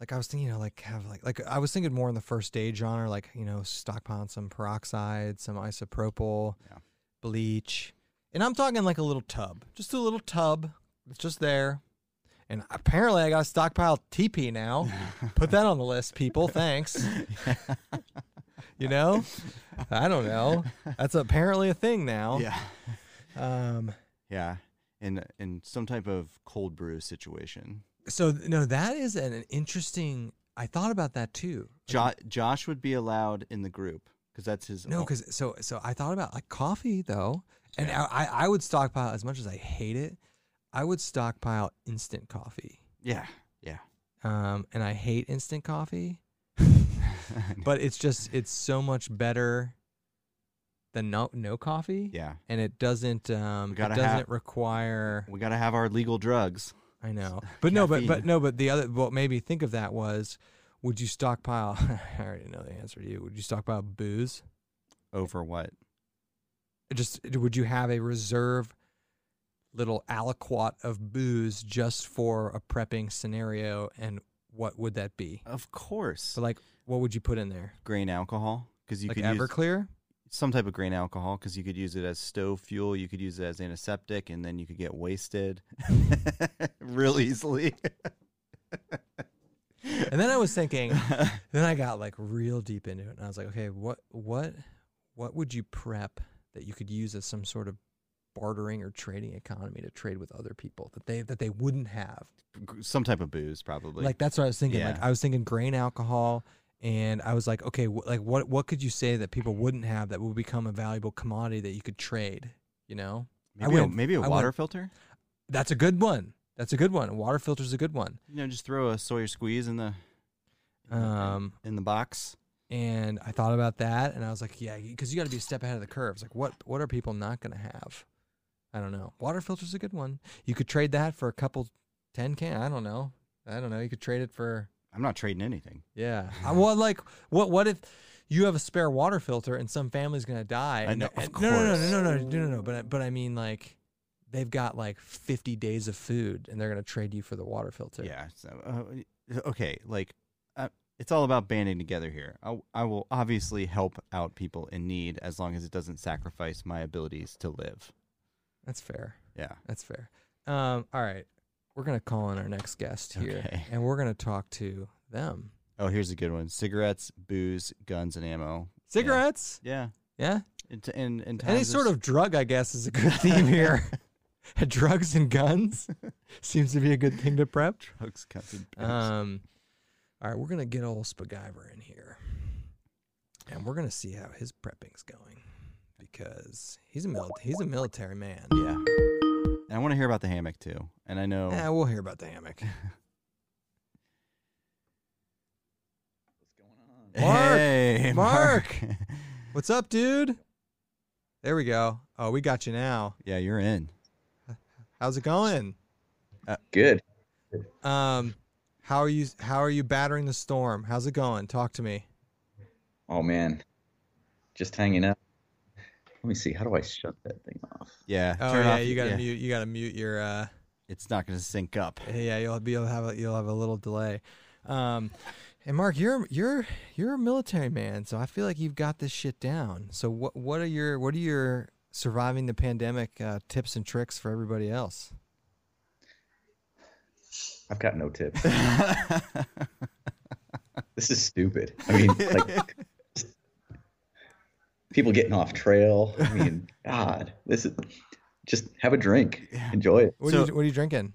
like I was thinking, you know, like have like like I was thinking more in the first aid genre, like you know, stockpiling some peroxide, some isopropyl, Yeah. bleach, and I'm talking like a little tub, just a little tub that's just there. And apparently, I got to stockpile TP now. Oh, Put that on the list, people. Thanks. You know, Oh. I don't know. That's apparently a thing now. yeah, Um, yeah, and in some type of cold brew situation. So th- no, that is an, an interesting. I thought about that too. Jo- Josh would be allowed in the group because that's his. No, own- because so so I thought about like coffee though, and I I I would stockpile as much as I hate it. I would stockpile instant coffee, yeah, yeah. um, and I hate instant coffee, but it's just it's so much better than no no coffee. yeah, and it doesn't um We it gotta doesn't have- require. we got to have our legal drugs. I know, but no, but but caffeine. no, but the other what made me think of that was, would you stockpile? I already know the answer to you. Would you stockpile booze? Over what? Just would you have a reserve little aliquot of booze just for a prepping scenario, and what would that be? Of course, So like, what would you put in there? grain alcohol because you like could use Everclear? some type of grain alcohol because you could use it as stove fuel, you could use it as antiseptic, and then you could get wasted real easily. and then I was thinking, then I got like real deep into it, and I was like, okay, what, what, what would you prep that you could use as some sort of bartering or trading economy to trade with other people that they that they wouldn't have? some type of booze, probably. Like, that's what I was thinking. Like Yeah. I was thinking grain alcohol, and I was like, okay, wh- like what what could you say that people wouldn't have that would become a valuable commodity that you could trade? You know, I maybe, a, went- maybe a I water went- filter. that's a good one. That's a good one. A water filter's a good one. You know, just throw a Sawyer squeeze in the in the- Um, in the box. and I thought about that, and I was like, yeah, because you got to be a step ahead of the curve. It's like, what what are people not going to have? I don't know. Water filter's a good one. You could trade that for a couple, ten can. I don't know. I don't know. You could trade it for I'm not trading anything. yeah. I, Uh, well, like what what if you have a spare water filter and some family's going to die? I and know, the- of and- no, no, no, no, no, no, course. no, no. But I- but I mean like. They've got like 50 days of food and they're going to trade you for the water filter. Yeah. So uh, okay, like uh, it's all about banding together here. I, I will obviously help out people in need as long as it doesn't sacrifice my abilities to live. That's fair. Yeah. That's fair. Um, all right. We're going to call in our next guest here Okay. and we're going to talk to them. Oh, here's a good one: cigarettes, booze, guns, and ammo. Cigarettes? Yeah. Yeah. And and, and Any times sort is- of drug, I guess, is a good theme here. Drugs and guns seems to be a good thing to prep. drugs, guns, and booze. Um, all right, we're gonna get old Spagyver in here, and we're gonna see how his prepping's going because he's a mil- he's a military man. yeah. And I want to hear about the hammock too. And I know. Yeah, Eh, we'll hear about the hammock. Mark, Hey, Mark. What's up, dude? There we go. Oh, we got you now. yeah, you're in. How's it going? Good. Um, how are you? How are you battering the storm? How's it going? Talk to me. Oh man, just hanging out. Let me see. How do I shut that thing off? Yeah. Oh turn yeah, off- you gotta mute. You gotta mute your. uh It's not gonna sync up. Yeah, you'll be you'll have a, you'll have a little delay. Um, and Mark, you're you're you're a military man, so I feel like you've got this shit down. So what what are your what are your surviving the pandemic uh, tips and tricks for everybody else? I've got no tips. this is stupid. I mean, like people getting off trail. I mean, God, this is just have a drink, Yeah. enjoy it. What are So- you what are you drinking?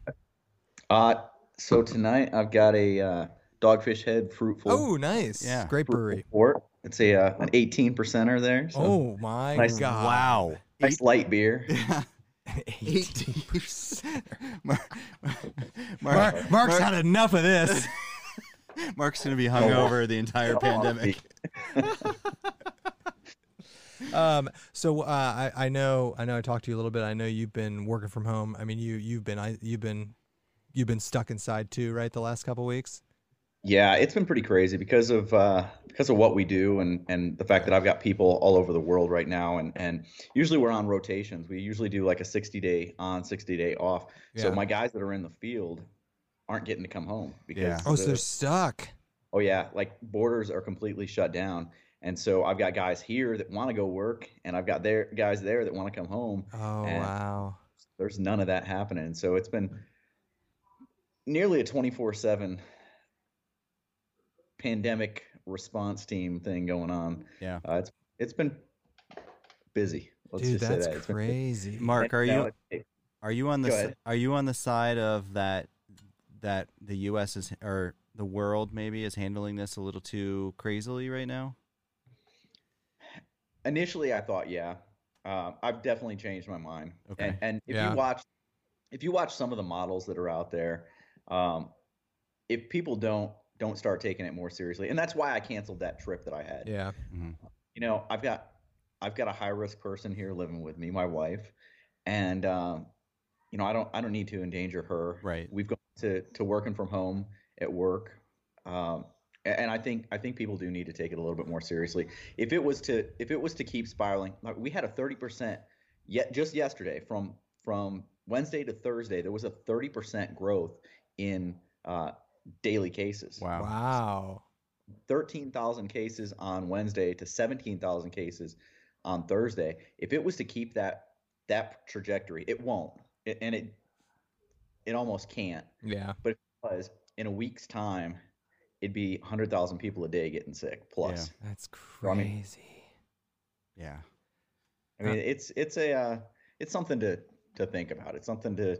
Uh, so tonight I've got a uh, dogfish head fruitful. Oh, nice. Yeah. Great fruitful brewery. port. It's a uh, an eighteen percenter there. So Oh my Nice. god. Wow. nice light beer. Eighteen percent. Mark, Mark, Mark, Mark's had enough of this. Mark's gonna be hungover the entire pandemic. Um, so uh, I, I know I know I talked to you a little bit. I know you've been working from home. I mean you you've been I, you've been you've been stuck inside too, right? The last couple weeks. Yeah, it's been pretty crazy because of uh, because of what we do and and the fact that I've got people all over the world right now and and usually we're on rotations. We usually do like a 60 day on, 60 day off. So Yeah. my guys that are in the field aren't getting to come home because Yeah. Oh, so the- they're stuck. oh yeah, like borders are completely shut down. And so I've got guys here that want to go work and I've got their guys there that want to come home. Oh And- wow. There's none of that happening. So it's been nearly a 24/7 pandemic response team thing going on. Yeah. Uh, it's it's been busy. Let's Dude, just say that's that. It's been busy. uh, crazy. Mark, are Now you it- are you on the Go s- ahead. are you on the side of that that the U.S. is or the world maybe is handling this a little too crazily right now? initially I thought yeah. Um, I've definitely changed my mind. Okay. And, and if Yeah. you watch if you watch some of the models that are out there, um, if people don't don't start taking it more seriously, and that's why I canceled that trip that I had. yeah. you know i've got i've got a high risk person here living with me my wife and um, you know i don't i don't need to endanger her Right. we've gone to to working from home at work um, a- and i think i think people do need to take it a little bit more seriously if it was to if it was to keep spiraling like we had a 30% yet just yesterday from from wednesday to thursday there was a 30% growth in uh, daily cases Wow. Wow. 13,000 cases on Wednesday to 17,000 cases on Thursday. If it was to keep that that trajectory, it won't, It- and it it almost can't. Yeah. Because in a week's time, it'd be 100,000 people a day getting sick. Plus, That's I mean- crazy. Yeah. I mean, it's it's a uh, it's something to to think about. It's something to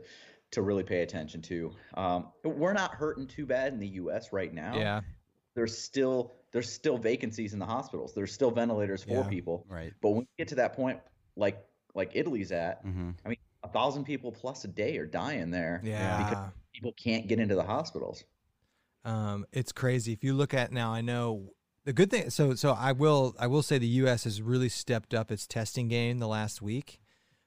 to really pay attention to. Um, we're not hurting too bad in the U.S. right now. Yeah. There's still there's still vacancies in the hospitals. There's still ventilators for Yeah. people. Right. But when we get to that point, like like Italy's at, Mm. hmm a thousand people plus a day are dying there. Because Yeah. people can't get into the hospitals. Um, it's crazy. If you look at now, I know the good thing. So, so I will, I will say the U.S. has really stepped up its testing game the last week.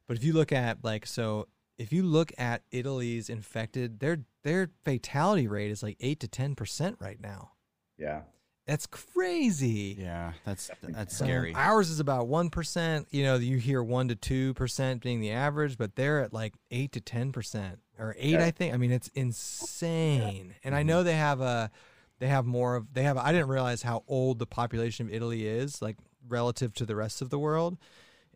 But if you look at like, so if you look at Italy's infected, their their fatality rate is like eight to ten percent right now. Yeah. That's crazy. Yeah. That's that's So scary. Ours is about one percent. You know, you hear one to two percent being the average, but they're at like eight to ten percent or eight. Yeah. Mm-hmm. I think. I mean, it's insane. And I know they have a they have more of they have I didn't realize how old the population of Italy is like relative to the rest of the world.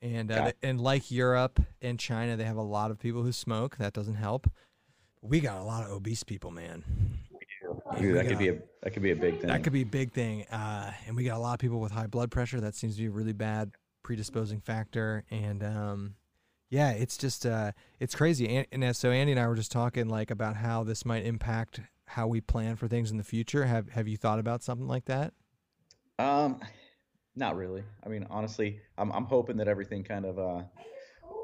And uh, Yeah. they- and like Europe and China, they have a lot of people who smoke. That doesn't help. We got a lot of obese people, man. And we Dude, that got- could be a that could be a big thing. that could be a big thing. Uh, and we got a lot of people with high blood pressure. That seems to be a really bad predisposing factor. And um, yeah, it's just uh, it's crazy. And, and as- so Andy and I were just talking like about how this might impact how we plan for things in the future. Have Have you thought about something like that? Um, not really. I mean, honestly, I'm I'm hoping that everything kind of uh,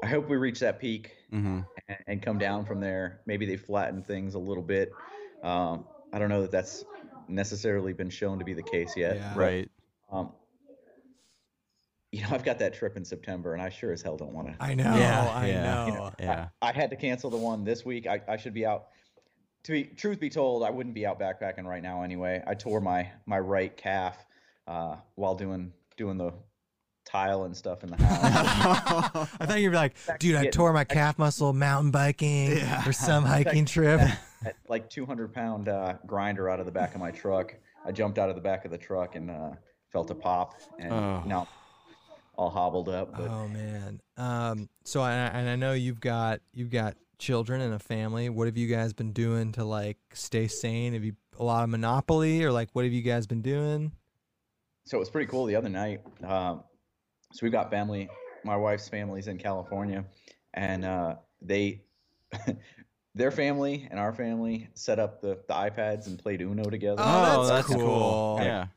I hope we reach that peak Mm-hmm. and, and come down from there. Maybe they flatten things a little bit. Um, I don't know that that's necessarily been shown to be the case yet. Yeah. but, Right. Um, you know, I've got that trip in September, and I sure as hell don't want to. I know. Yeah, Oh, I yeah. know. Yeah. I had to cancel the one this week. I, I should be out. To be truth be told, I wouldn't be out backpacking right now anyway. I tore my my right calf uh, while doing doing the tile and stuff in the house. I thought you'd be like, dude, I Yeah. tore my calf muscle mountain biking Yeah. or some hiking trip. that, like 200 pound uh, grinder out of the back of my truck. I jumped out of the back of the truck and uh, felt a pop, and Oh. now I'm all hobbled up. But Oh man. Um. So I and I know you've got you've got children and a family. What have you guys been doing to like stay sane? Have you a lot of Monopoly or like what have you guys been doing? so it was pretty cool the other night. Um, so we've got family. My wife's family's in California, and uh, they, their family and our family set up the, the iPads and played Uno together. Oh, that's cool. Yeah.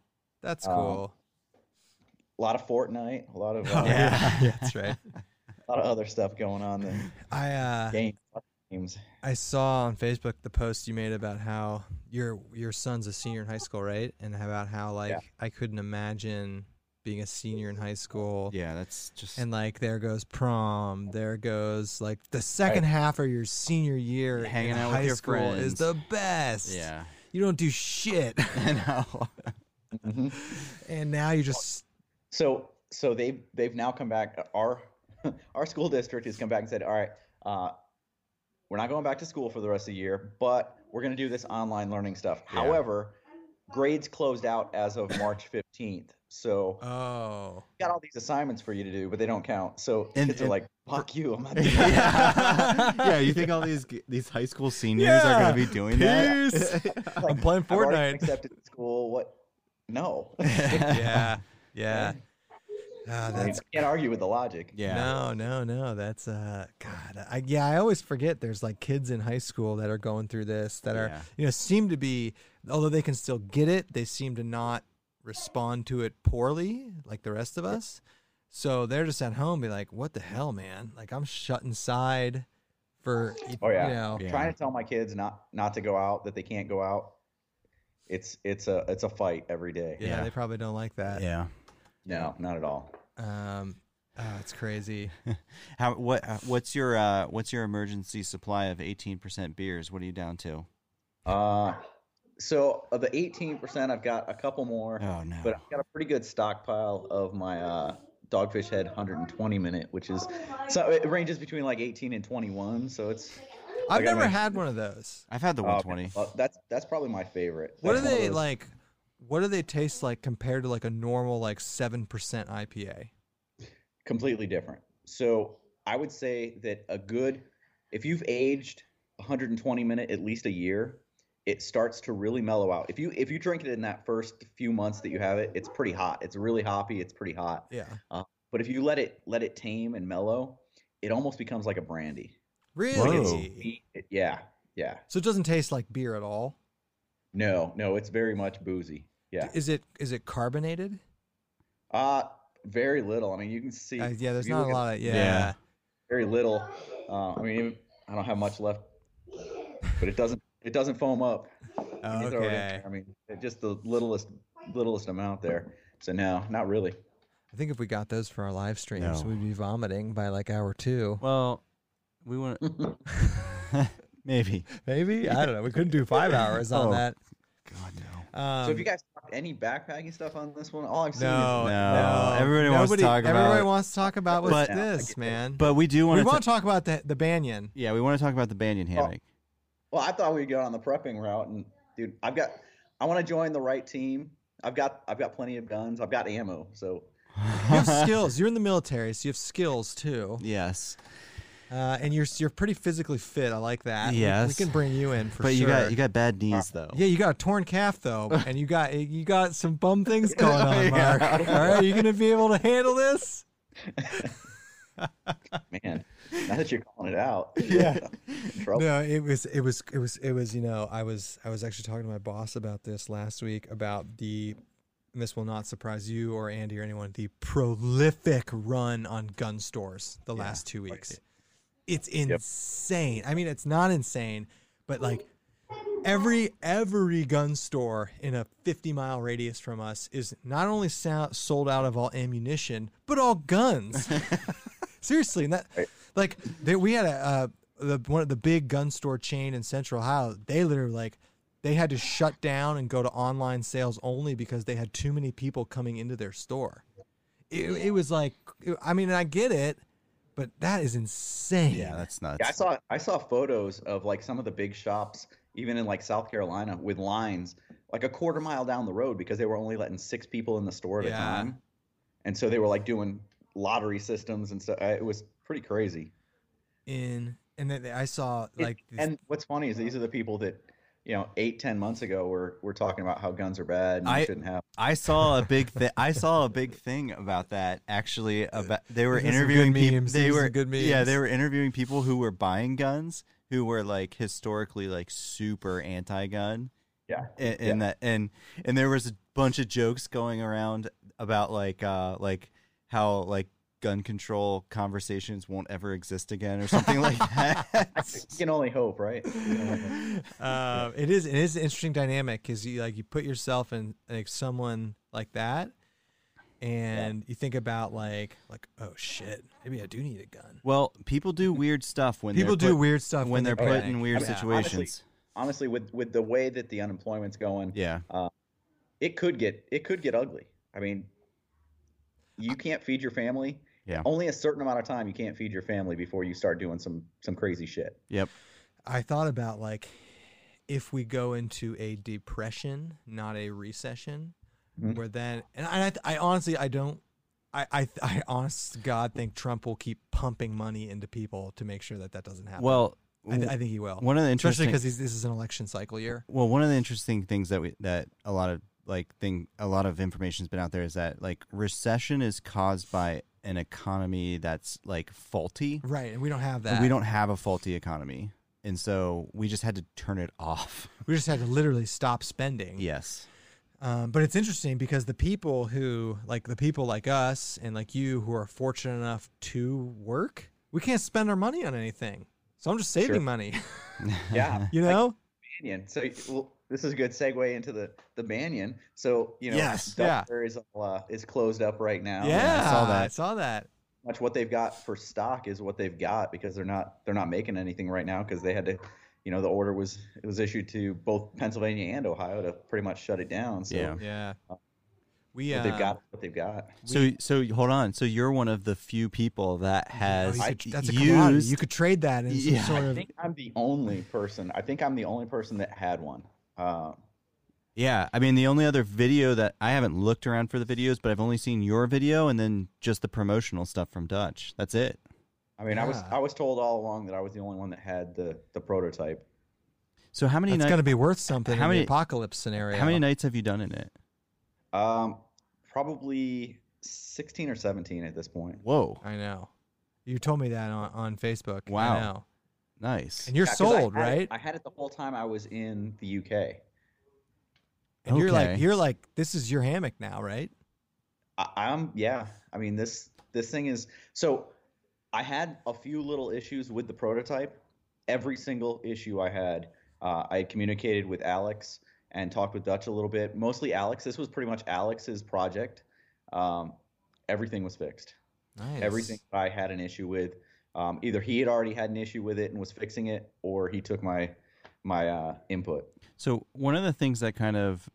That's Um, cool. A lot of Fortnite, a lot of uh, yeah. Oh, yeah, that's right. a lot of other stuff going on. than I uh, game- games. I saw on Facebook the post you made about how your your son's a senior in high school, right? And about how like Yeah. I couldn't imagine being a senior in high school. Yeah. That's just. And like there goes prom, there goes like the second half of your senior year Hanging in out with high your school is friends. the best. yeah. you don't do shit, I know. Mhm. and now you just So so they've they've now come back. Our our school district has come back and said, all right, uh, we're not going back to school for the rest of the year, but we're going to do this online learning stuff. Yeah. However, grades closed out as of March fifteenth. So oh we got all these assignments for you to do, but they don't count. So And- kids are and- like, fuck you. I'm not doing that." yeah. yeah. You think all these g- these high school seniors are Yeah. going to be doing that? Like, I'm playing I've already been Fortnite. accepted to school. What? No. yeah, yeah. Ah, I that's can't argue with the logic. Yeah. no, no, no. That's uh, God. I, yeah, I always forget. There's like kids in high school that are going through this that are Yeah. you know seem to be although they can still get it they seem to not respond to it poorly like the rest of us so they're just at home be like what the hell man like i'm shut inside for e-" Oh, yeah. you know Yeah. trying to tell my kids not not to go out that they can't go out it's it's a it's a fight every day yeah, Yeah. they probably don't like that Yeah. no not at all um oh, it's crazy How what uh, what's your uh what's your emergency supply of 18% beers? What are you down to? uh so of the 18% i've got a couple more Oh no. but i've got a pretty good stockpile of my uh dogfish head 120 minute which is so it ranges between like 18 and 21 so it's i've I got never my- had one of those I've had the uh, 120. well, that's that's probably my favorite what That's do one of they those- like what do they taste like compared to like a normal like 7% ipa completely different. So I would say that a good, if you've aged 120 minute at least a year, it starts to really mellow out. If you if you drink it in that first few months that you have it, it's pretty hot. It's really hoppy. It's pretty hot. yeah But if you let it let it tame and mellow, it almost becomes like a brandy. really It- yeah, yeah. so it doesn't taste like beer at all No, no, it's very much boozy. Yeah. is it is it carbonated Uh very little. I mean, you can see. Uh, yeah there's if you not look a at lot of yeah, Yeah. very little. Uh, I mean, even- I don't have much left, but it doesn't it doesn't foam up. when you throw Oh, it in Okay. there. I mean, it- just the littlest littlest amount there. So no, not really. I think if we got those for our live streams, No. we'd be vomiting by like hour two. Well, we want maybe. Maybe I don't know. We couldn't do five hours on Oh, that. God no. Um, so if you guys talked any backpacking stuff on this one, all I've seen no, no, is No, everybody wants to Nobody- talk about- Everybody wants to talk about what's But- this, man. But we do want we to want to talk about the the banyan. Yeah, we want to talk about the banyan hammock. well, I thought we'd go on the prepping route, and dude, I've got I want to join the right team. I've got I've got plenty of guns. I've got ammo. So You have skills. You're in the military, so you have skills too, Yes, uh, and you're you're pretty physically fit. I like that. We- we, Yes. can bring you in for but sure. you got you got bad knees though. Yeah, you got a torn calf though, and you got you got some bum things going on, Yeah. Mark. All right, you gonna be able to handle this? man, now that you're calling it out, Yeah. in trouble. No, it was it was it was it was you know I was I was actually talking to my boss about this last week about the and this will not surprise you or Andy or anyone the prolific run on gun stores the last two weeks. It's insane. I mean, it's not insane, but like every every gun store in a 50 mile radius from us is not only sou- sold out of all ammunition but all guns seriously and that Right. like they, we had a uh, the one of the big gun store chain in central ohio they literally like they had to shut down and go to online sales only because they had too many people coming into their store it, it was like i mean i get it but that is insane Yeah, that's nuts. Yeah, I saw I saw photos of like some of the big shops, even in like South Carolina, with lines like a quarter mile down the road because they were only letting six people in the store at Yeah. a time, and so they were like doing lottery systems and stuff. It was pretty crazy. in and then i saw It- like these- and what's funny is these are the people that you know eight ten months ago were were talking about how guns are bad and I- you shouldn't have. I saw a big thi- I saw a big thing about that actually about they were These are some good interviewing people memes. they These are were some good yeah memes. they were interviewing people who were buying guns who were like historically like super anti-gun Yeah, A- and, that and and there was a bunch of jokes going around about like uh like how like gun control conversations won't ever exist again or something like that You can only hope, right? You can only hope. uh, it is it is an interesting dynamic because you like you put yourself in like someone like that, and you think about like like oh shit maybe I do need a gun. well people do weird stuff when People they're do put- weird stuff when they're put in playing. weird Yeah. situations Honestly, with with the way that the unemployment's going, yeah it could get it could get ugly. I mean, you can't feed your family. Yeah. Only a certain amount of time you can't feed your family before you start doing some some crazy shit. yep I thought about like if we go into a depression, not a recession, Mm-hmm. Mhm. where then and I, I honestly I don't I I I honest to God think Trump will keep pumping money into people to make sure that that doesn't happen. well I, th- I think he will. one of the Especially interesting because this is an election cycle year. well one of the interesting things that we that a lot of like thing a lot of information's been out there is that like recession is caused by an economy that's like faulty Right, and we don't have and that. we don't have a faulty economy and so we just had to turn it off We just had to literally stop spending. yes Um, but it's interesting because the people who, like the people like us and like you, who are fortunate enough to work, we can't spend our money on anything. So I'm just saving Sure. money. Yeah. You know? Banyan. So well, this is a good segue into the the Banyan. So you know, Yes, Delaware is uh, is closed up right now. and yeah, I saw that. I saw that. Much what they've got for stock is what they've got because they're not they're not making anything right now because they had to, you know, the order was it was issued to both Pennsylvania and Ohio to pretty much shut it down. So Yeah. Yeah. We what uh, they've got, what they've got. so so hold on so you're one of the few people that oh, has you could, that's a commodity. used You could trade that in some Yeah. sort I of. think I'm the only person. I think I'm the only person that had one. Uh, yeah i mean the only other video that i haven't looked around for the videos but i've only seen your video and then just the promotional stuff from dutch that's it I mean, I was Yeah. I was told all along that I was the only one that had the the prototype. so how many It's nights going to be worth something How in many- the apocalypse scenario. how many nights have you done in it Um, probably 16 or 17 at this point. whoa I know. You told me that on, on Facebook. I Wow. know. nice And you're Yeah, 'cause I sold, had it- right? I had it the whole time I was in the UK. And you're like, Okay. you're like, this is your hammock now, right? I, I'm yeah. I mean this this thing is so. I had a few little issues with the prototype. Every single issue I had, uh, I communicated with Alex and talked with Dutch a little bit. Mostly Alex. This was pretty much Alex's project. Um, everything was fixed. Nice. Everything that I had an issue with, um, either he had already had an issue with it and was fixing it, or he took my my uh, input. So one of the things that kind of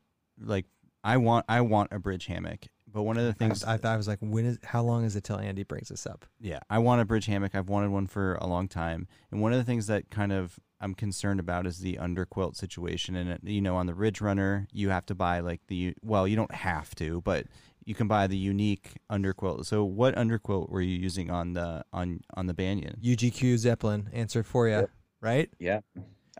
like I want I want a bridge hammock, but one of the things I, I, thought- I was like, when is? How long is it till Andy brings this up? yeah, I want a bridge hammock. I've wanted one for a long time. And one of the things that kind of I'm concerned about is the underquilt situation. And uh, you know, on the Ridge Runner, you have to buy like the well, you don't have to, but you can buy the unique underquilt. So, what underquilt were you using on the on on the Banyan? UGQ Zeppelin answered for you, right? Yeah,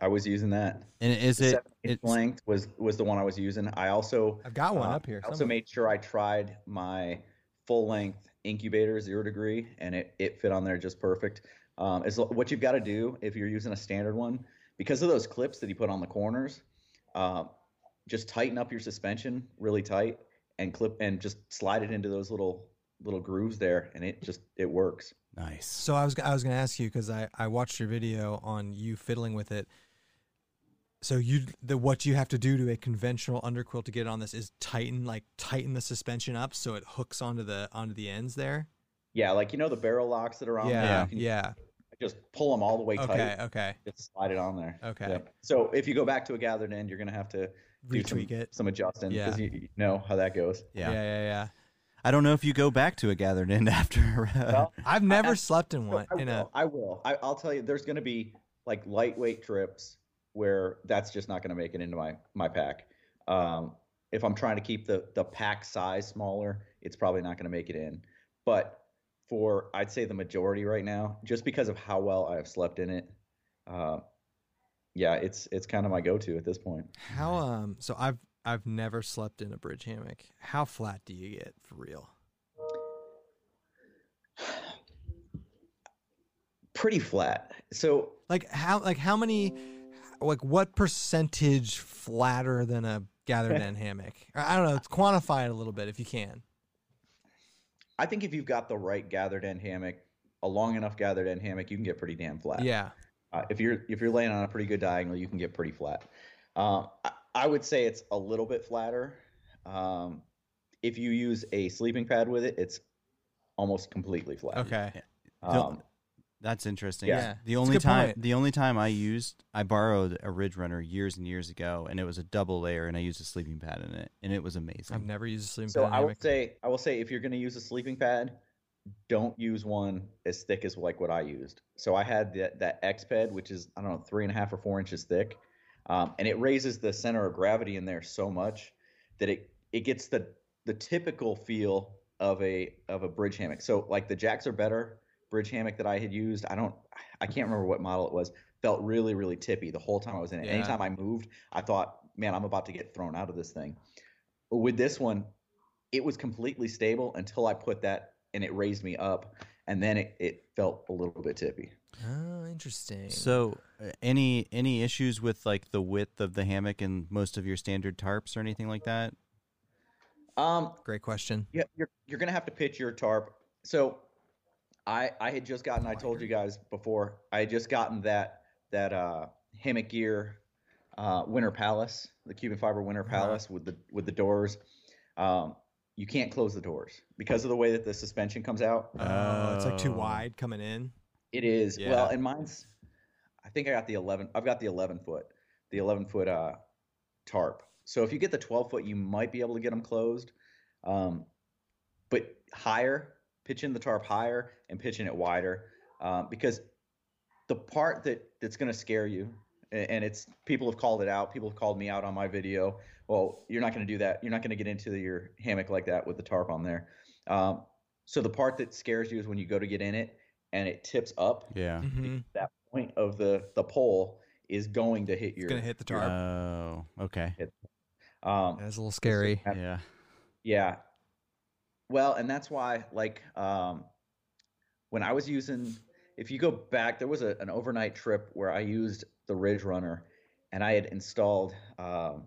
I was using that. And is The it seven inch it's- length was was the one I was using. I also I've got one uh, up here. I also somewhere. made sure I tried my full length incubator zero degree, and it it fit on there just perfect. Um, is what you've got to do if you're using a standard one because of those clips that you put on the corners. Uh, just tighten up your suspension really tight and clip and just slide it into those little little grooves there, and it just it works. nice? So I was I was gonna ask you because I I watched your video on you fiddling with it. So you the what you have to do to a conventional underquilt to get on this is tighten like tighten the suspension up so it hooks onto the onto the ends there. Yeah, like you know the barrel locks that are on there. yeah, You can yeah. Just pull them all the way Okay, tight. okay. Just slide it on there. Okay. Yep. So if you go back to a gathered end, you're gonna have to do some, Retweak it. some adjusting because Yeah. you, you know how that goes. Yeah, Yeah. yeah, yeah. I don't know if you go back to a gathered end after. uh, Well, I've never slept in one I in a will. I will. I, I'll tell you, there's going to be like lightweight trips where that's just not going to make it into my my pack. Um, if I'm trying to keep the the pack size smaller, it's probably not going to make it in. But for I'd say the majority right now, just because of how well I have slept in it, uh, yeah, it's it's kind of my go-to at this point. how um. So I've I've never slept in a bridge hammock. How flat do you get for real? Pretty flat. So Like how like how many like what percentage flatter than a gathered end hammock? I I don't know. Quantify it a little bit if you can. I think if you've got the right gathered end hammock, a long enough gathered end hammock, you can get pretty damn flat. Yeah. Uh, if you're if you're laying on a pretty good diagonal, you can get pretty flat. Um, I, I would say it's a little bit flatter. Um, if you use a sleeping pad with it, it's almost completely flat. Okay. Um, That's interesting. Yeah. Yeah. The It's a only good time point. the only time I used I borrowed a Ridge Runner years and years ago and it was a double layer and I used a sleeping pad in it and it was I've amazing. never used a sleeping so pad I hammock. would say I will say if you're going to use a sleeping pad, don't use one as thick as like what I used. So I had that that X pad, which is I don't know three and a half or four inches thick, um, and it raises the center of gravity in there so much that it it gets the the typical feel of a of a bridge hammock. So like the jacks are better bridge hammock that I had used. I don't I can't remember what model it was. Felt really really tippy the whole time I was in it. Yeah. Anytime I moved, I thought, man, I'm about to get thrown out of this thing. But with this one, it was completely stable until I put that and it raised me up, and then it, it felt a little bit tippy. oh, interesting. So uh, any any issues with like the width of the hammock and most of your standard tarps or anything like that? Um, great question. yeah, you're you're gonna have to pitch your tarp. So, I I had just gotten. I told you guys before. I had just gotten that that uh, hammock gear, uh, Winter Palace, the Cuban fiber Winter Palace with the with the doors. Um, you can't close the doors because of the way that the suspension comes out. Oh, it's like too Oh. wide coming in. It is. Yeah. Well, and mine's I think I got the 11 I've got the 11 foot. The 11 foot uh tarp. So if you get the 12 foot, you might be able to get them closed. Um but higher, pitching the tarp higher and pitching it wider um, because the part that that's going to scare you a- and it's people have called it out people have called me out on my video well you're not going to do that you're not going to get into your hammock like that with the tarp on there um, so the part that scares you is when you go to get in it and it tips up Yeah. Mhm. that point of the the pole is going to hit your It's gonna hit the tarp. Oh, okay. um That's a little scary. Yeah. Yeah. yeah well and that's why like um when i was using if you go back there was a, an overnight trip where i used the ridge runner and i had installed um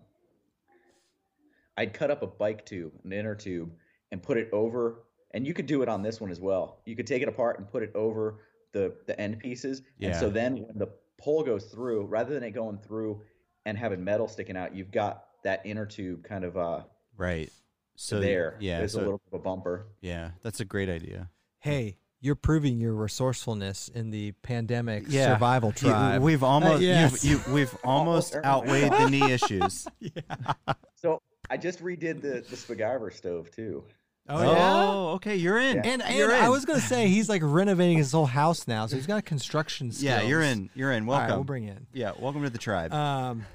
i'd cut up a bike tube an inner tube and put it over and you could do it on this one as well you could take it apart and put it over the the end pieces and so Yeah. then when the pole goes through rather than it going through and having metal sticking out you've got that inner tube kind of uh Right. So there. Yeah. there's so- a little bit of a bumper. yeah. That's a great idea. Hey, you're proving your resourcefulness in the pandemic Yeah. survival You- tribe. Uh, we've almost yes. you've, you, we've almost Oh, there. outweighed the knee issues. So I just redid the the Spigiver stove too. Oh, yeah. okay, you're in. And, and you're in. I was gonna say he's like renovating his whole house now, so he's got construction skills. yeah, you're in. You're in. All right, Welcome. we'll bring you in. yeah, welcome to the tribe. Um,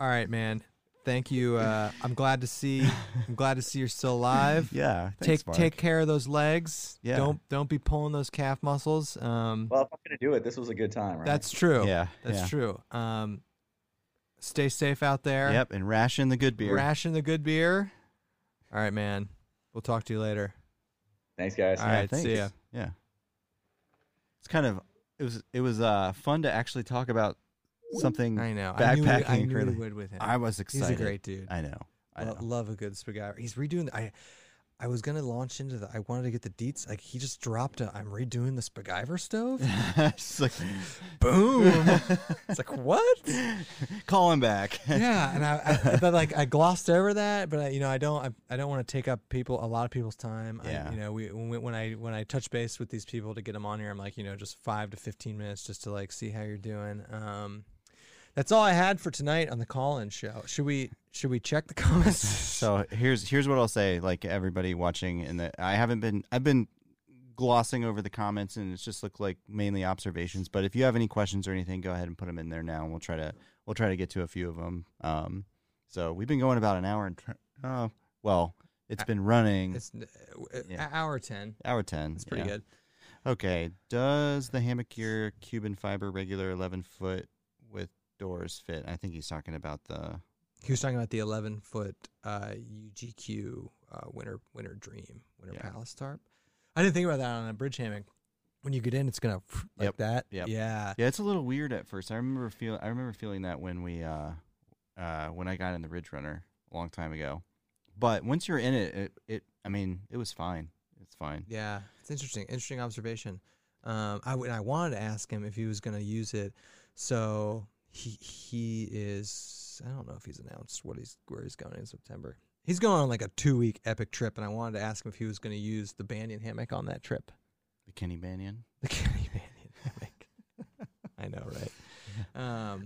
all right, man. Thank you. Uh, I'm glad to see. I'm glad to see you're still alive. yeah, take thanks, Mark. take care of those legs. Yeah. Don't don't be pulling those calf muscles. Um, Well, if I'm gonna do it, this was a good time, right? that's true. Yeah, that's yeah. true. Um, stay safe out there. Yep, and ration the good beer. Ration the good beer. All right, man. We'll talk to you later. thanks, guys. All right. thanks. see ya. Yeah. It's kind of it was it was uh fun to actually talk about something. I I, know. I knew, we- I Mm. Backpacking knew we really- would with him. was He's excited. a great dude. I know. I Lo- know. love a good spaghetti. He's redoing. The, I, I was gonna launch into the. I wanted to get the deets. Like he just dropped a. I'm redoing the Spaghetti stove. It's like, Boom. it's like what? call him back. Yeah, and I, I but like I glossed over that, but I, you know I don't I, I don't want to take up people a lot of people's time. I, Yeah. you know we when, we when I when I touch base with these people to get them on here, I'm like you know just five to fifteen minutes just to like see how you're doing. Um, that's all I had for tonight on the call-in show. Should we should we check the comments? So here's here's what I'll say, like everybody watching, and the I haven't been I've been glossing over the comments, and it's just looked like mainly observations. But if you have any questions or anything, go ahead and put them in there now, and we'll try to we'll try to get to a few of them. Um, so we've been going about an hour and tw- uh, well, it's been running It's n- uh, Yeah. hour ten. hour ten. That's pretty yeah. good. Okay, does the hammock gear Cuban fiber regular eleven foot with doors fit? I think he's talking about the He was talking about the eleven foot uh, UGQ uh, Winter Winter Dream Winter Yeah. Palace tarp. I didn't think about that on a bridge hammock. When you get in, it's gonna like Yep, that. yep. Yeah. Yeah, it's a little weird at first. I remember feel I remember feeling that when we uh uh when I got in the Ridge Runner a long time ago. But once you're in it, it, it I mean, it was fine. It's fine. Yeah, it's interesting. Interesting observation. Um, I w- and I wanted to ask him if he was going to use it. So he he is. I don't know if he's announced what he's where he's going in September. He's going on like a two week epic trip, and I wanted to ask him if he was going to use the Banyan hammock on that trip. The Kenny Banyan. The Kenny Banyan hammock. I know, right? Um,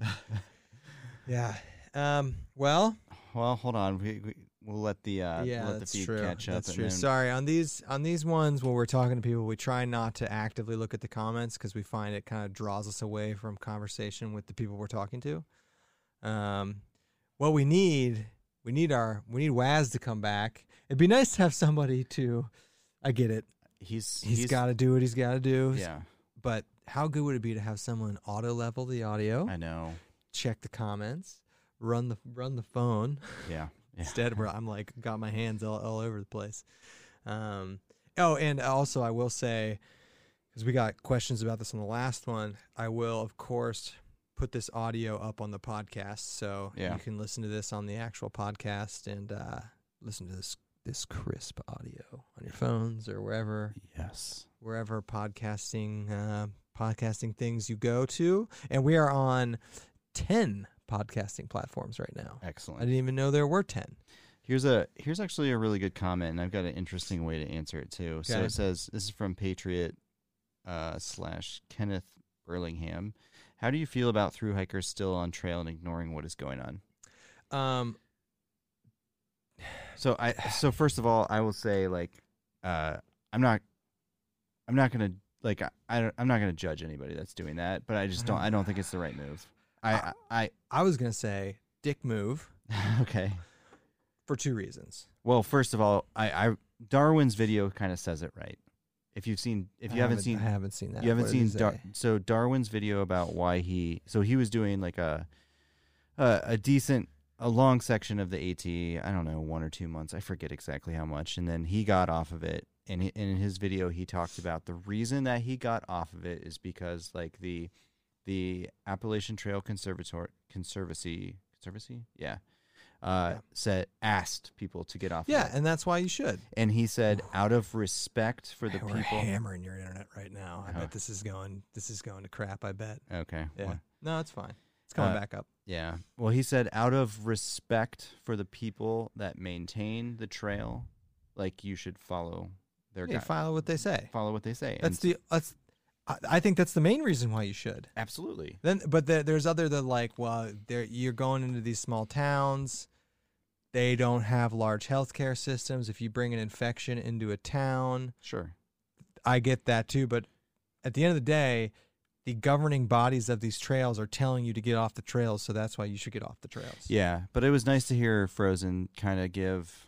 yeah. Um, well, Well, hold on. We, we we'll let the uh yeah, let the that's feed true. catch up that's and true. then Sorry on these on these ones when we're talking to people, we try not to actively look at the comments because we find it kind of draws us away from conversation with the people we're talking to. Um, what we need, we need our we need Waz to come back. It'd be nice to have somebody to. I get it. he's he's got to do what he's got to do. Yeah, But how good would it be to have someone auto level the audio, I know. check the comments, run the run the phone, Yeah. Yeah. instead where I'm like got my hands all, all over the place. Um, oh, and also I will say, because we got questions about this on the last one, I will of course put this audio up on the podcast, so Yeah. you can listen to this on the actual podcast and uh, listen to this this crisp audio on your phones or wherever Yes. wherever podcasting uh, podcasting things you go to, and we are on ten podcasting platforms right now. I Excellent. didn't even know there were ten. Here's a here's actually a really good comment, and I've got an interesting way to answer it too. So Okay. it says this is from Patriot uh, slash Kenneth Burlingham. How do you feel about through hikers still on trail and ignoring what is going on? Um, So I so first of all, I will say like uh, I'm not I'm not gonna like I, I don't, I'm not gonna judge anybody that's doing that, but I just don't I don't think it's the right move. Uh, I I, I was gonna say dick move I okay. for two reasons. Well, first of all, I, I Darwin's video kind of says it right. If you've seen if you I haven't seen I haven't seen that. you haven't What did he seen Dar- say? so Darwin's video about why he so he was doing like a a, a decent a long section of the AT I don't know one or two months I forget exactly how much and then he got off of it and, he, and in his video he talked about the reason that he got off of it is because like the the Appalachian Trail Conservator Conservancy Conservancy yeah uh Yeah. said asked people to get off yeah, of it. and that's why you should. and he said out of respect for the We're people hammering your internet right now. I Oh. bet this is going. This is going to crap. I bet. okay Yeah. well, No, it's fine. It's coming Uh, back up. Yeah. Well, he said out of respect for the people that maintain the trail, like you should follow their Yeah, guide, follow what they say. follow what they say. That's And the. That's. I, I think that's the main reason why you should. absolutely. Then, but there, there's other that like, well, there you're going into these small towns. They don't have large healthcare systems. If you bring an infection into a town, Sure. I get that too. But at the end of the day, the governing bodies of these trails are telling you to get off the trails, so that's why you should get off the trails. Yeah, but it was nice to hear Frozen kind of give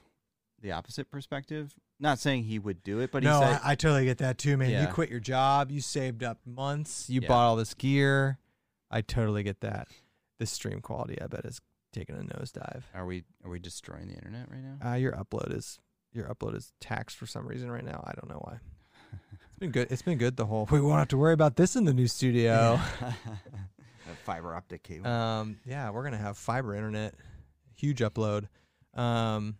the opposite perspective. Not saying he would do it, but he no, said, I, I totally get that too, man. You Yeah. quit your job, you saved up months, you Yeah. bought all this gear. I totally get that. The stream quality, I bet, is taking a nosedive. "Are we are we destroying the internet right now?" Uh, your upload is your upload is taxed for some reason right now. I don't know why. It's been good. It's been good the whole. We won't have to worry about this in the new studio. A fiber optic cable. Um, yeah, we're gonna have fiber internet, huge upload. Um,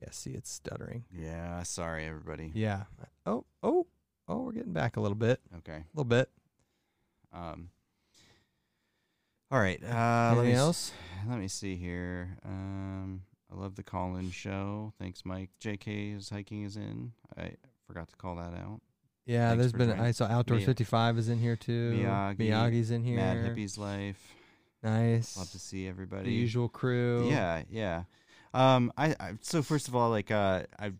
yeah, see, it's stuttering. yeah, sorry everybody. Yeah. Oh, oh, oh, we're getting back a little bit, Okay. a little bit. Um. All right. Uh, let me Anything s- else? Let me see here. Um, I love the call-in show. Thanks, Mike. JK's hiking is in. I forgot to call that out. Yeah, Thanks there's for been. joining. I saw Outdoors Mi- 55 is in here too. Miyagi, Miyagi's in here. Mad hippies life. Nice. Love to see everybody. the usual crew. Yeah, yeah. Um, I, I so first of all, like uh, I,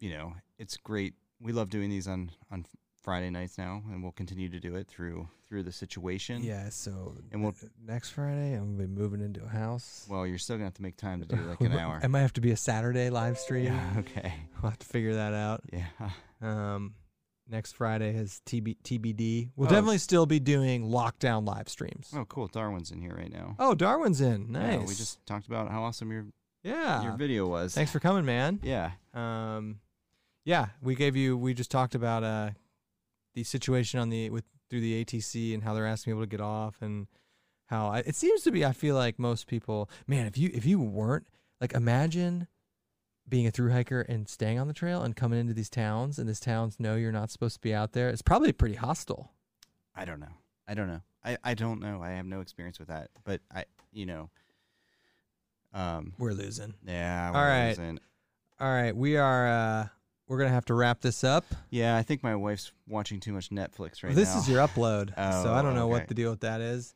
you know, it's great. We love doing these on on Friday nights now, and we'll continue to do it through through the situation. Yeah. So And we'll- n- next Friday, I'm gonna be moving into a house. Well, you're still gonna have to make time to do like We an mi- hour. It might have to be a Saturday live stream. Yeah. Okay. We'll have to figure that out. Yeah. Um, next Friday is TB, TBD. We'll Oh. definitely still be doing lockdown live streams. Oh, Oh, cool. Darwin's in here right now. Darwin's in. Nice. Yeah, we just talked about how awesome your yeah. your video was. Thanks for coming, man. Yeah. Um, yeah, we gave you. We just talked about uh, the situation on the with through the ATC and how they're asking people to get off and how I, it seems to be. I feel like most people, man, if you if you weren't like, imagine being a through hiker and staying on the trail and coming into these towns and these towns know you're not supposed to be out there. It's probably pretty hostile. I don't know. I don't know. I, I don't know. I have no experience with that. But I, you know, um, We're losing. yeah. All right. losing. All right, we are. Uh, we're gonna have to wrap this up. Yeah, I think my wife's watching too much Netflix right this now. is your upload, so I Oh, don't know what okay. the deal with that is.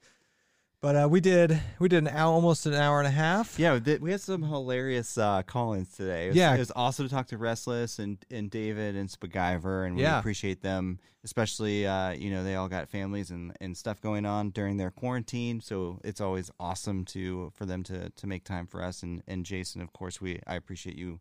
But uh, we did we did an hour, almost an hour and a half. Yeah, th- we had some hilarious uh, call-ins today. It was, Yeah. it was awesome to talk to Restless and, and David and Spagyver, and we Yeah. appreciate them, especially uh, you know they all got families and, and stuff going on during their quarantine. So it's always awesome to for them to to make time for us and and Jason, of course, we I appreciate you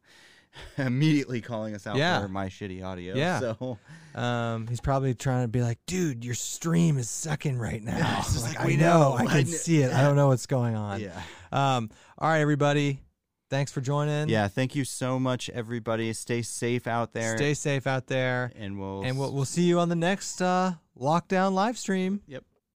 immediately calling us out Yeah. for my shitty audio. Yeah. so Um, he's probably trying to be like, dude, your stream is sucking right now. Yeah, it's just like, I we know. I I can kn- see it. I don't know what's going on. yeah. Um, all right, everybody, thanks for joining. Yeah, thank you so much, everybody. Stay safe out there, stay safe out there, and we'll and we'll we'll see you on the next uh, lockdown live stream. Yep.